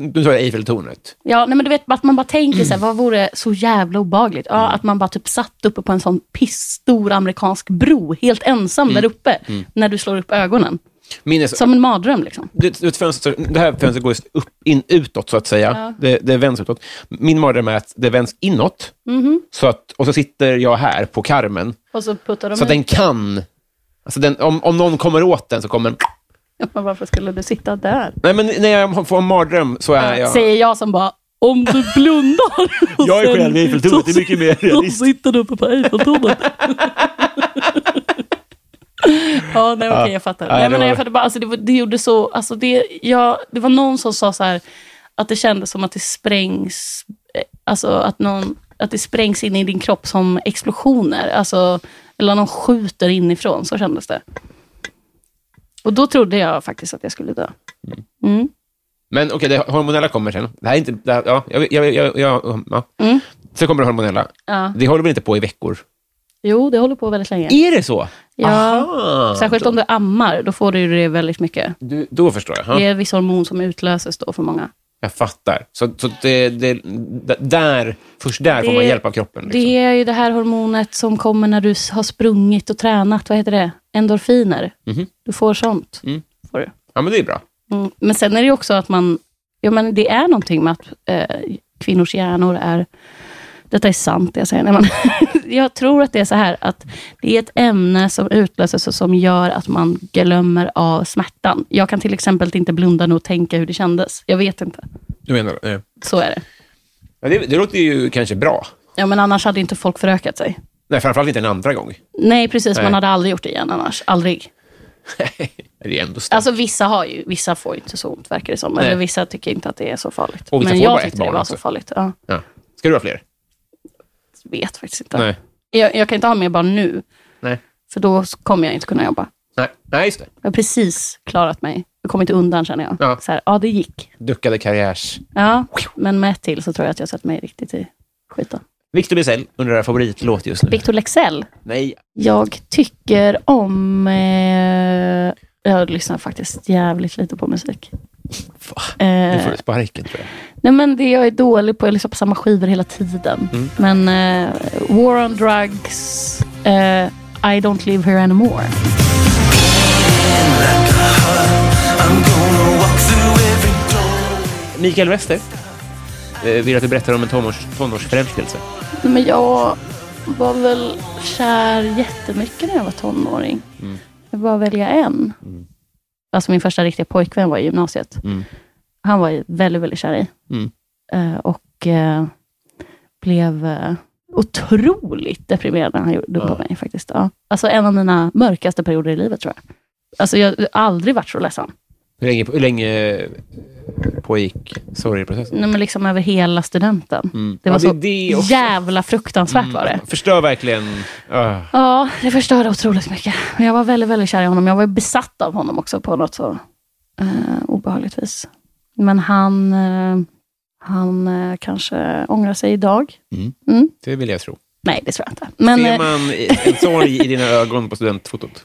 Speaker 1: nu tar jag Eiffeltornet.
Speaker 2: Ja, nej, men du vet att man bara tänker så här, vad vore så jävla obagligt? Ja, att man bara typ satt uppe på en sån pissstor amerikansk bro, helt ensam där uppe, när du slår upp ögonen.
Speaker 1: Minnes,
Speaker 2: Som en mardröm liksom.
Speaker 1: det, det, ett fönster, det här fönstret går just upp, in, utåt, så att säga. Det, det vänds utåt. Min mardröm är att det vänds inåt,
Speaker 2: Mm-hmm.
Speaker 1: så att, och så sitter jag här på karmen,
Speaker 2: Och så puttar de
Speaker 1: så att den kan... Alltså den, om, om någon kommer åt den så kommer den...
Speaker 2: ut. Men varför skulle du sitta där?
Speaker 1: Nej, men när jag får en mardröm så är jag...
Speaker 2: Eh, Säger jag som bara, om du blundar. och
Speaker 1: Jag är
Speaker 2: sen-
Speaker 1: själv i Eiffeltornet, det är mycket mer
Speaker 2: så- Så sitter du uppe på Eiffeltornet. ja, nej okej, jag fattar.
Speaker 1: Nej,
Speaker 2: nej,
Speaker 1: det
Speaker 2: men
Speaker 1: var-
Speaker 2: jag fattar bara, alltså, det, var- det gjorde så, alltså, det, jag, det var någon som sa så här, att det kändes som att det sprängs, eh, alltså att, någon, att det sprängs in i din kropp som explosioner. Alltså, eller någon skjuter inifrån, så kändes det. Och då trodde jag faktiskt att jag skulle dö. Mm.
Speaker 1: Men okej, det hormonella kommer sen. Det här är inte... Det här, ja, jag, jag, jag, jag, ja.
Speaker 2: Mm.
Speaker 1: Sen kommer det hormonella.
Speaker 2: Ja.
Speaker 1: Det håller väl inte på i veckor?
Speaker 2: Jo, det håller på väldigt länge.
Speaker 1: Är det så?
Speaker 2: Ja.
Speaker 1: Aha.
Speaker 2: Särskilt om du ammar, då får du ju det väldigt mycket.
Speaker 1: Du, då förstår jag.
Speaker 2: Det
Speaker 1: Ja.
Speaker 2: är vissa hormon som utlöses då för många.
Speaker 1: Jag fattar. Så, så det, det, d- där, först där får
Speaker 2: Det-
Speaker 1: man hjälp av kroppen. Liksom.
Speaker 2: Det är ju det här hormonet som kommer när du s- har sprungit och tränat. Vad heter det? Endorfiner.
Speaker 1: Mhm.
Speaker 2: Du får sånt.
Speaker 1: Mm.
Speaker 2: Får du.
Speaker 1: Ja, men det är bra.
Speaker 2: Mm. Men sen är det ju också att man... Ja, men det är någonting med att eh, kvinnors hjärnor är... Detta är sant, det jag säger. Nej, men, jag tror att det är så här att det är ett ämne som utlöses och som gör att man glömmer av smärtan. Jag kan till exempel inte blunda nu och tänka hur det kändes. Jag vet inte.
Speaker 1: Du menar, eh.
Speaker 2: Så är det.
Speaker 1: ja, det, det låter ju kanske bra.
Speaker 2: Ja, men annars hade inte folk förökat sig.
Speaker 1: Nej, framförallt inte en andra gång.
Speaker 2: Nej, precis.
Speaker 1: Nej.
Speaker 2: Man hade aldrig gjort det igen annars. Aldrig.
Speaker 1: det är ändå stort.
Speaker 2: Alltså vissa har ju, vissa får ju inte så ont verkar det som.
Speaker 1: Nej.
Speaker 2: Eller vissa tycker inte att det är så farligt.
Speaker 1: Och vissa
Speaker 2: Men
Speaker 1: får
Speaker 2: jag
Speaker 1: bara ett
Speaker 2: tyckte det
Speaker 1: barn
Speaker 2: var
Speaker 1: också.
Speaker 2: så farligt. Ja,
Speaker 1: ja. Ska du ha fler?
Speaker 2: vet faktiskt inte. Jag, jag kan inte ha mer barn nu,
Speaker 1: Nej.
Speaker 2: för då s- kommer jag inte kunna jobba.
Speaker 1: Nej. Nej, just det.
Speaker 2: Jag har precis klarat mig. Jag kom inte undan känner jag.
Speaker 1: Ja.
Speaker 2: Ja. Så här, ja, det gick.
Speaker 1: Duckade karriärs...
Speaker 2: Ja, men med ett till så tror jag att jag satt mig riktigt i skiten.
Speaker 1: Victor Bizell undrar favoritlåt just nu.
Speaker 2: Victor Lexell.
Speaker 1: Nej.
Speaker 2: Jag tycker om... Eh, jag lyssnar faktiskt jävligt lite på musik.
Speaker 1: Nu
Speaker 2: Eh,
Speaker 1: får du sparken, tror jag.
Speaker 2: Nej, men det jag är dålig på, jag lyssnar på samma skivor hela tiden.
Speaker 1: Mm.
Speaker 2: Men eh, War on Drugs, eh, I Don't Live Here Anymore.
Speaker 1: Mikael Wester. eh, vill att du berättar om en tonårs, tonårsförälskelse.
Speaker 2: Men jag var väl kär jättemycket när jag var tonåring.
Speaker 1: Mm.
Speaker 2: Jag bara välja en. Alltså min första riktiga pojkvän var i gymnasiet.
Speaker 1: Mm.
Speaker 2: Han var jag väldigt, väldigt kär i.
Speaker 1: Mm.
Speaker 2: Eh, och eh, blev eh, otroligt deprimerad när han gjorde på mig faktiskt. Ja. Alltså en av mina mörkaste perioder i livet tror jag. Alltså jag har aldrig varit så ledsen.
Speaker 1: Hur länge, hur länge eh, pågick sorgeprocessen?
Speaker 2: Nej, men liksom över hela studenten.
Speaker 1: Mm.
Speaker 2: Det var
Speaker 1: Ja,
Speaker 2: så
Speaker 1: det är det också. Mm,
Speaker 2: jävla fruktansvärt var det.
Speaker 1: Förstör verkligen... Ah.
Speaker 2: Ja, det förstörde otroligt mycket. Men jag var väldigt, väldigt kär i honom. Jag var ju besatt av honom också på något så eh, obehagligt vis. Men han, eh, han eh, kanske ångrar sig idag.
Speaker 1: Det vill jag tro.
Speaker 2: Nej, det tror jag inte. Mm. Men
Speaker 1: Mm. Ser
Speaker 2: eh,
Speaker 1: man i- en sorg i dina ögon på studentfotot?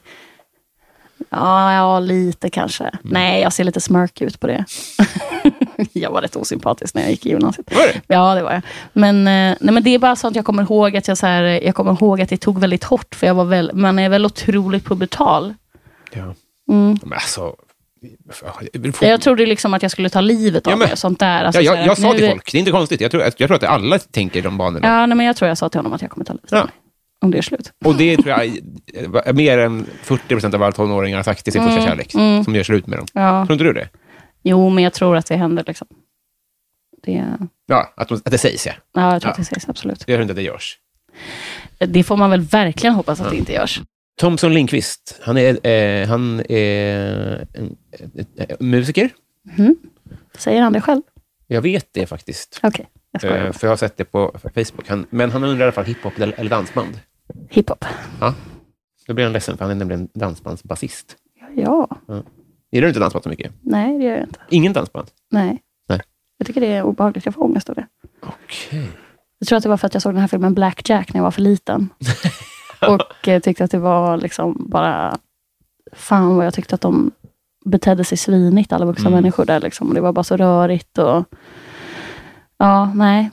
Speaker 2: ja, ja, lite kanske.
Speaker 1: Mm.
Speaker 2: Nej, jag ser lite smörk ut på det. jag var rätt osympatisk när jag gick i gymnasiet.
Speaker 1: Var det?
Speaker 2: Ja, det var jag. Men, eh, nej, men det är bara sånt jag kommer ihåg att jag, så här, eh, jag kommer ihåg att det tog väldigt hårt. För jag var väl, man är väl otroligt pubertal.
Speaker 1: Ja.
Speaker 2: Mm.
Speaker 1: Men alltså...
Speaker 2: Jag trodde liksom att jag skulle ta livet av
Speaker 1: Ja, men-
Speaker 2: mig och sånt där. Alltså,
Speaker 1: Ja, jag,
Speaker 2: så här,
Speaker 1: jag sa
Speaker 2: nu-
Speaker 1: till folk, det är inte konstigt. Jag tror, jag tror att alla tänker i de banorna.
Speaker 2: Ja, nej, men jag tror jag sa till honom att jag kommer ta livet
Speaker 1: Ja.
Speaker 2: av mig. Om det är slut.
Speaker 1: Och det tror jag är mer än 40 procent av alla tonåringar har sagt till sin
Speaker 2: Mm.
Speaker 1: första kärlek, som gör slut med dem.
Speaker 2: Ja.
Speaker 1: Tror inte du det?
Speaker 2: Jo, men jag tror att det händer. Liksom. Det,
Speaker 1: Ja, att, de, att det sägs, ja.
Speaker 2: ja, jag tror
Speaker 1: Ja.
Speaker 2: att det sägs absolut.
Speaker 1: Jag tror inte att det görs.
Speaker 2: Det får man väl verkligen hoppas att det inte görs.
Speaker 1: Thomson Lindqvist, han är, eh, han är en, en, en, en musiker.
Speaker 2: Säger han det själv?
Speaker 1: Jag vet det faktiskt,
Speaker 2: Okej, jag skojar.
Speaker 1: eh, för jag har sett det på Facebook. Han, men han undrar i alla fall hiphop eller eller dansband.
Speaker 2: Hiphop.
Speaker 1: Då blir han ledsen, för han är nämligen dansbandsbasist.
Speaker 2: Ja,
Speaker 1: Gillar du inte dansband så mycket?
Speaker 2: nej det gör jag inte.
Speaker 1: Ingen dansband?
Speaker 2: Nej.
Speaker 1: Nej.
Speaker 2: Jag tycker det är obehagligt. Jag får ångest av det.
Speaker 1: Okej.
Speaker 2: Jag tror att det var för att jag såg den här filmen Black Jack när jag var för liten. och eh, tyckte att det var liksom bara... Fan vad jag tyckte att de betedde sig svinigt, alla vuxna människor där. Liksom. Det var bara så rörigt och... Ja, nej.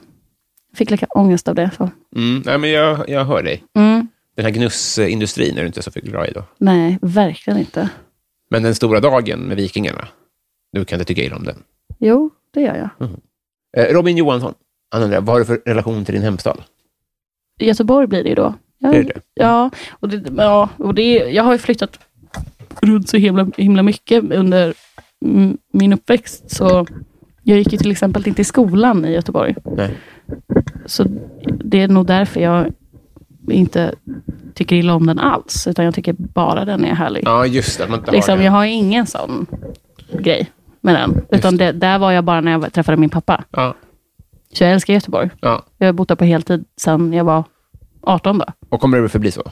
Speaker 2: Fick lika ångest av det. Så.
Speaker 1: Mm, nej, men jag, jag hör dig.
Speaker 2: Mm.
Speaker 1: Den här gnussindustrin är du inte så glad i då?
Speaker 2: Nej, verkligen inte.
Speaker 1: Men den stora dagen med Vikingarna, du kan inte tycka illa om den.
Speaker 2: Jo, det gör jag.
Speaker 1: Eh, Robin Johansson, han undrar, vad har du för relation till din hemstad?
Speaker 2: Göteborg blir det ju då. Ja,
Speaker 1: Är det det?
Speaker 2: Ja, och, det, ja, och det, jag har ju flyttat runt så himla, himla mycket under mm, min uppväxt. Så jag gick ju till exempel inte i skolan i Göteborg.
Speaker 1: Nej.
Speaker 2: Så det är nog därför jag inte tycker illa om den alls. Utan jag tycker bara den är härlig.
Speaker 1: Ja, just det, att man inte har
Speaker 2: liksom,
Speaker 1: det.
Speaker 2: jag har ingen sån grej med den. Utan det, där var jag bara när jag träffade min pappa.
Speaker 1: Ja,
Speaker 2: Så jag älskar Göteborg.
Speaker 1: ja.
Speaker 2: Jag har bott där på heltid sedan jag var 18. Då.
Speaker 1: Och kommer det förbli så?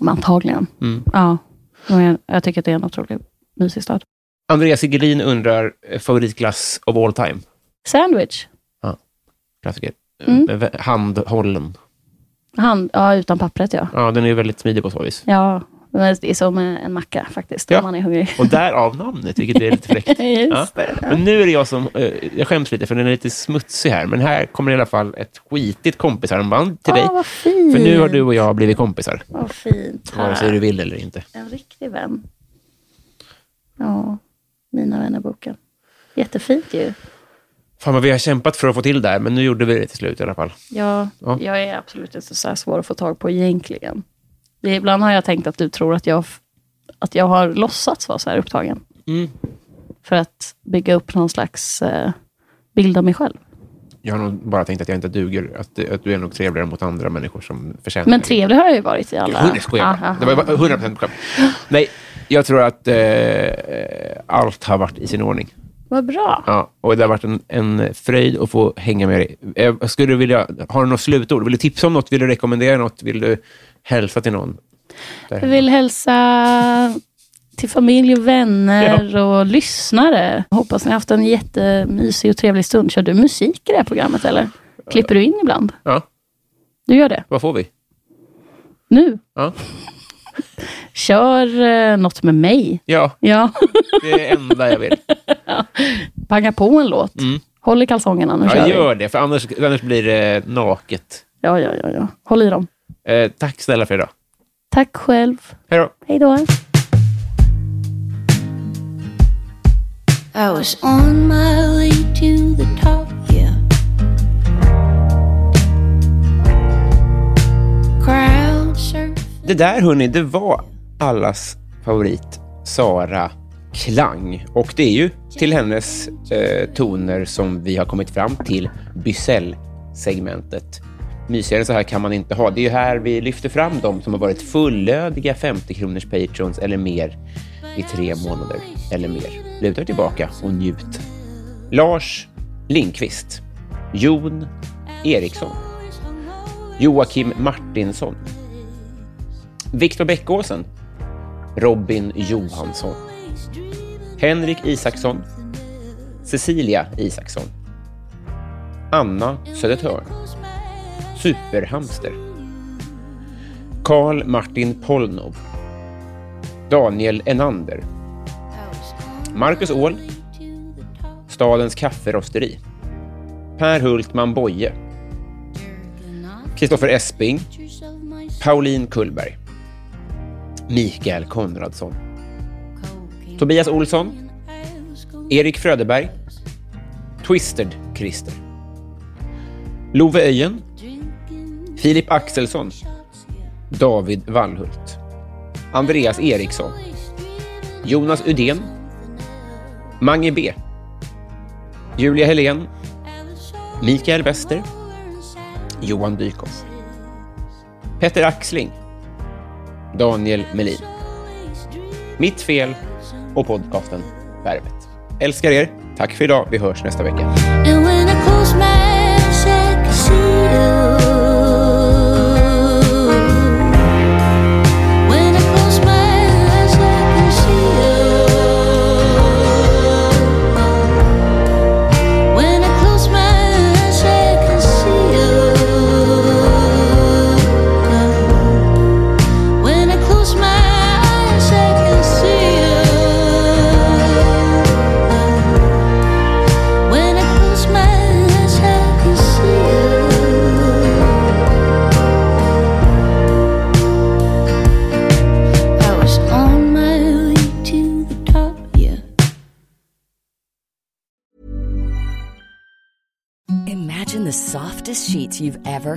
Speaker 2: Men Antagligen.
Speaker 1: Mm.
Speaker 2: Ja. Men jag, jag tycker att det är en otroligt mysig stad.
Speaker 1: Andreas Sigelin undrar, eh, favoritglass of all time?
Speaker 2: Sandwich.
Speaker 1: Klassiker.
Speaker 2: Mm.
Speaker 1: Eh, v- Handhållen.
Speaker 2: Han, ja, utan pappret ja.
Speaker 1: Ja, den är ju väldigt smidig på så vis.
Speaker 2: Ja, men det är som eh, en macka faktiskt,
Speaker 1: Ja.
Speaker 2: om man är hungrig.
Speaker 1: Och därav namnet, vilket är lite fräckt.
Speaker 2: Just
Speaker 1: Ja.
Speaker 2: det.
Speaker 1: Men nu är det jag som... eh, Jag skäms lite, för den är lite smutsig här. Men här kommer i alla fall ett skitigt kompisarmband till
Speaker 2: Åh,
Speaker 1: dig.
Speaker 2: Ah, vad fint. Ah.
Speaker 1: För nu har du och jag blivit kompisar,
Speaker 2: Vad fint.
Speaker 1: vare sig du vill eller inte.
Speaker 2: En riktig vän. Ja, Mina vänner-boken. Jättefint ju.
Speaker 1: Fan vad vi har kämpat för att få till det här, men nu gjorde vi det till slut i alla fall.
Speaker 2: Ja,
Speaker 1: Ja.
Speaker 2: Jag är absolut inte så här svår att få tag på egentligen. Det, ibland har jag tänkt att du tror att jag, f- att jag har låtsats vara så här upptagen.
Speaker 1: Mm.
Speaker 2: För att bygga upp någon slags eh, bild av mig själv.
Speaker 1: Jag har nog bara tänkt att jag inte duger, att, du- att du är nog trevligare mot andra människor som förtjänar
Speaker 2: Men trevlig har jag ju varit i alla...
Speaker 1: Hundra, skojar
Speaker 2: Ah,
Speaker 1: bara.
Speaker 2: ah,
Speaker 1: Det var
Speaker 2: ah.
Speaker 1: bara 100 procent skämt. Nej, jag tror att eh, allt har varit i sin ordning.
Speaker 2: Vad bra.
Speaker 1: Ja, och det har varit en, en fröjd att få hänga med dig. Jag skulle vilja, har du något slutord? Vill du tipsa om något? Vill du rekommendera något? Vill du hälsa till någon? Där.
Speaker 2: Jag vill hälsa till familj och vänner och lyssnare. Hoppas ni har haft en jättemysig och trevlig stund. Kör du musik i det här programmet eller? Klipper du in ibland?
Speaker 1: Ja,
Speaker 2: Du gör det?
Speaker 1: vad får vi?
Speaker 2: Nu?
Speaker 1: Ja.
Speaker 2: Kör eh, något med mig.
Speaker 1: ja,
Speaker 2: Ja,
Speaker 1: det är det enda jag vill.
Speaker 2: panga på en låt. Håll i kalsongerna, nu kör
Speaker 1: Mm. Ja,
Speaker 2: vi.
Speaker 1: gör det, för annars, annars blir det naket.
Speaker 2: Ja, ja, ja, ja. Håll i dem.
Speaker 1: Eh, tack snälla för idag.
Speaker 2: Tack själv.
Speaker 1: Hej då.
Speaker 2: Hej då.
Speaker 4: I was on my way to the top, yeah.
Speaker 1: Det där, hörni, det var allas favorit Sara Klang. Och det är ju till hennes eh, toner som vi har kommit fram till Bysell-segmentet. Mysigare än så här kan man inte ha. Det är ju här vi lyfter fram de som har varit fullödiga 50-kronors patrons eller mer i tre månader eller mer. Luta er tillbaka och njut. Lars Lindqvist. Jon Eriksson. Joakim Martinsson. Viktor Bäckåsen. Robin Johansson. Henrik Isaksson. Cecilia Isaksson. Anna Södertörn. Superhamster. Karl Martin Polnov. Daniel Enander. Marcus Åhl. Stadens kafferosteri. Per Hultman Boye. Kristoffer Esping. Pauline Kullberg. Mikael Konradsson. Tobias Olsson. Erik Fröderberg. Twisted Christer. Love Öjen. Filip Axelsson. David Wallhult. Andreas Eriksson. Jonas Udén. Mange B. Julia Helén. Mikael Wester. Johan Dykhoff. Petter Axling. Daniel Melin. Mitt fel och podcasten Värvet. Älskar er. Tack för idag. Vi hörs nästa vecka.
Speaker 2: And when I close my eyes, I can see you. When I close my eyes, I can see you. When I close my eyes, I can see you. When I close my eyes, I can see you. When I close my eyes, I can see you. I was on my way to the top, yeah.
Speaker 5: Imagine the softest sheets you've ever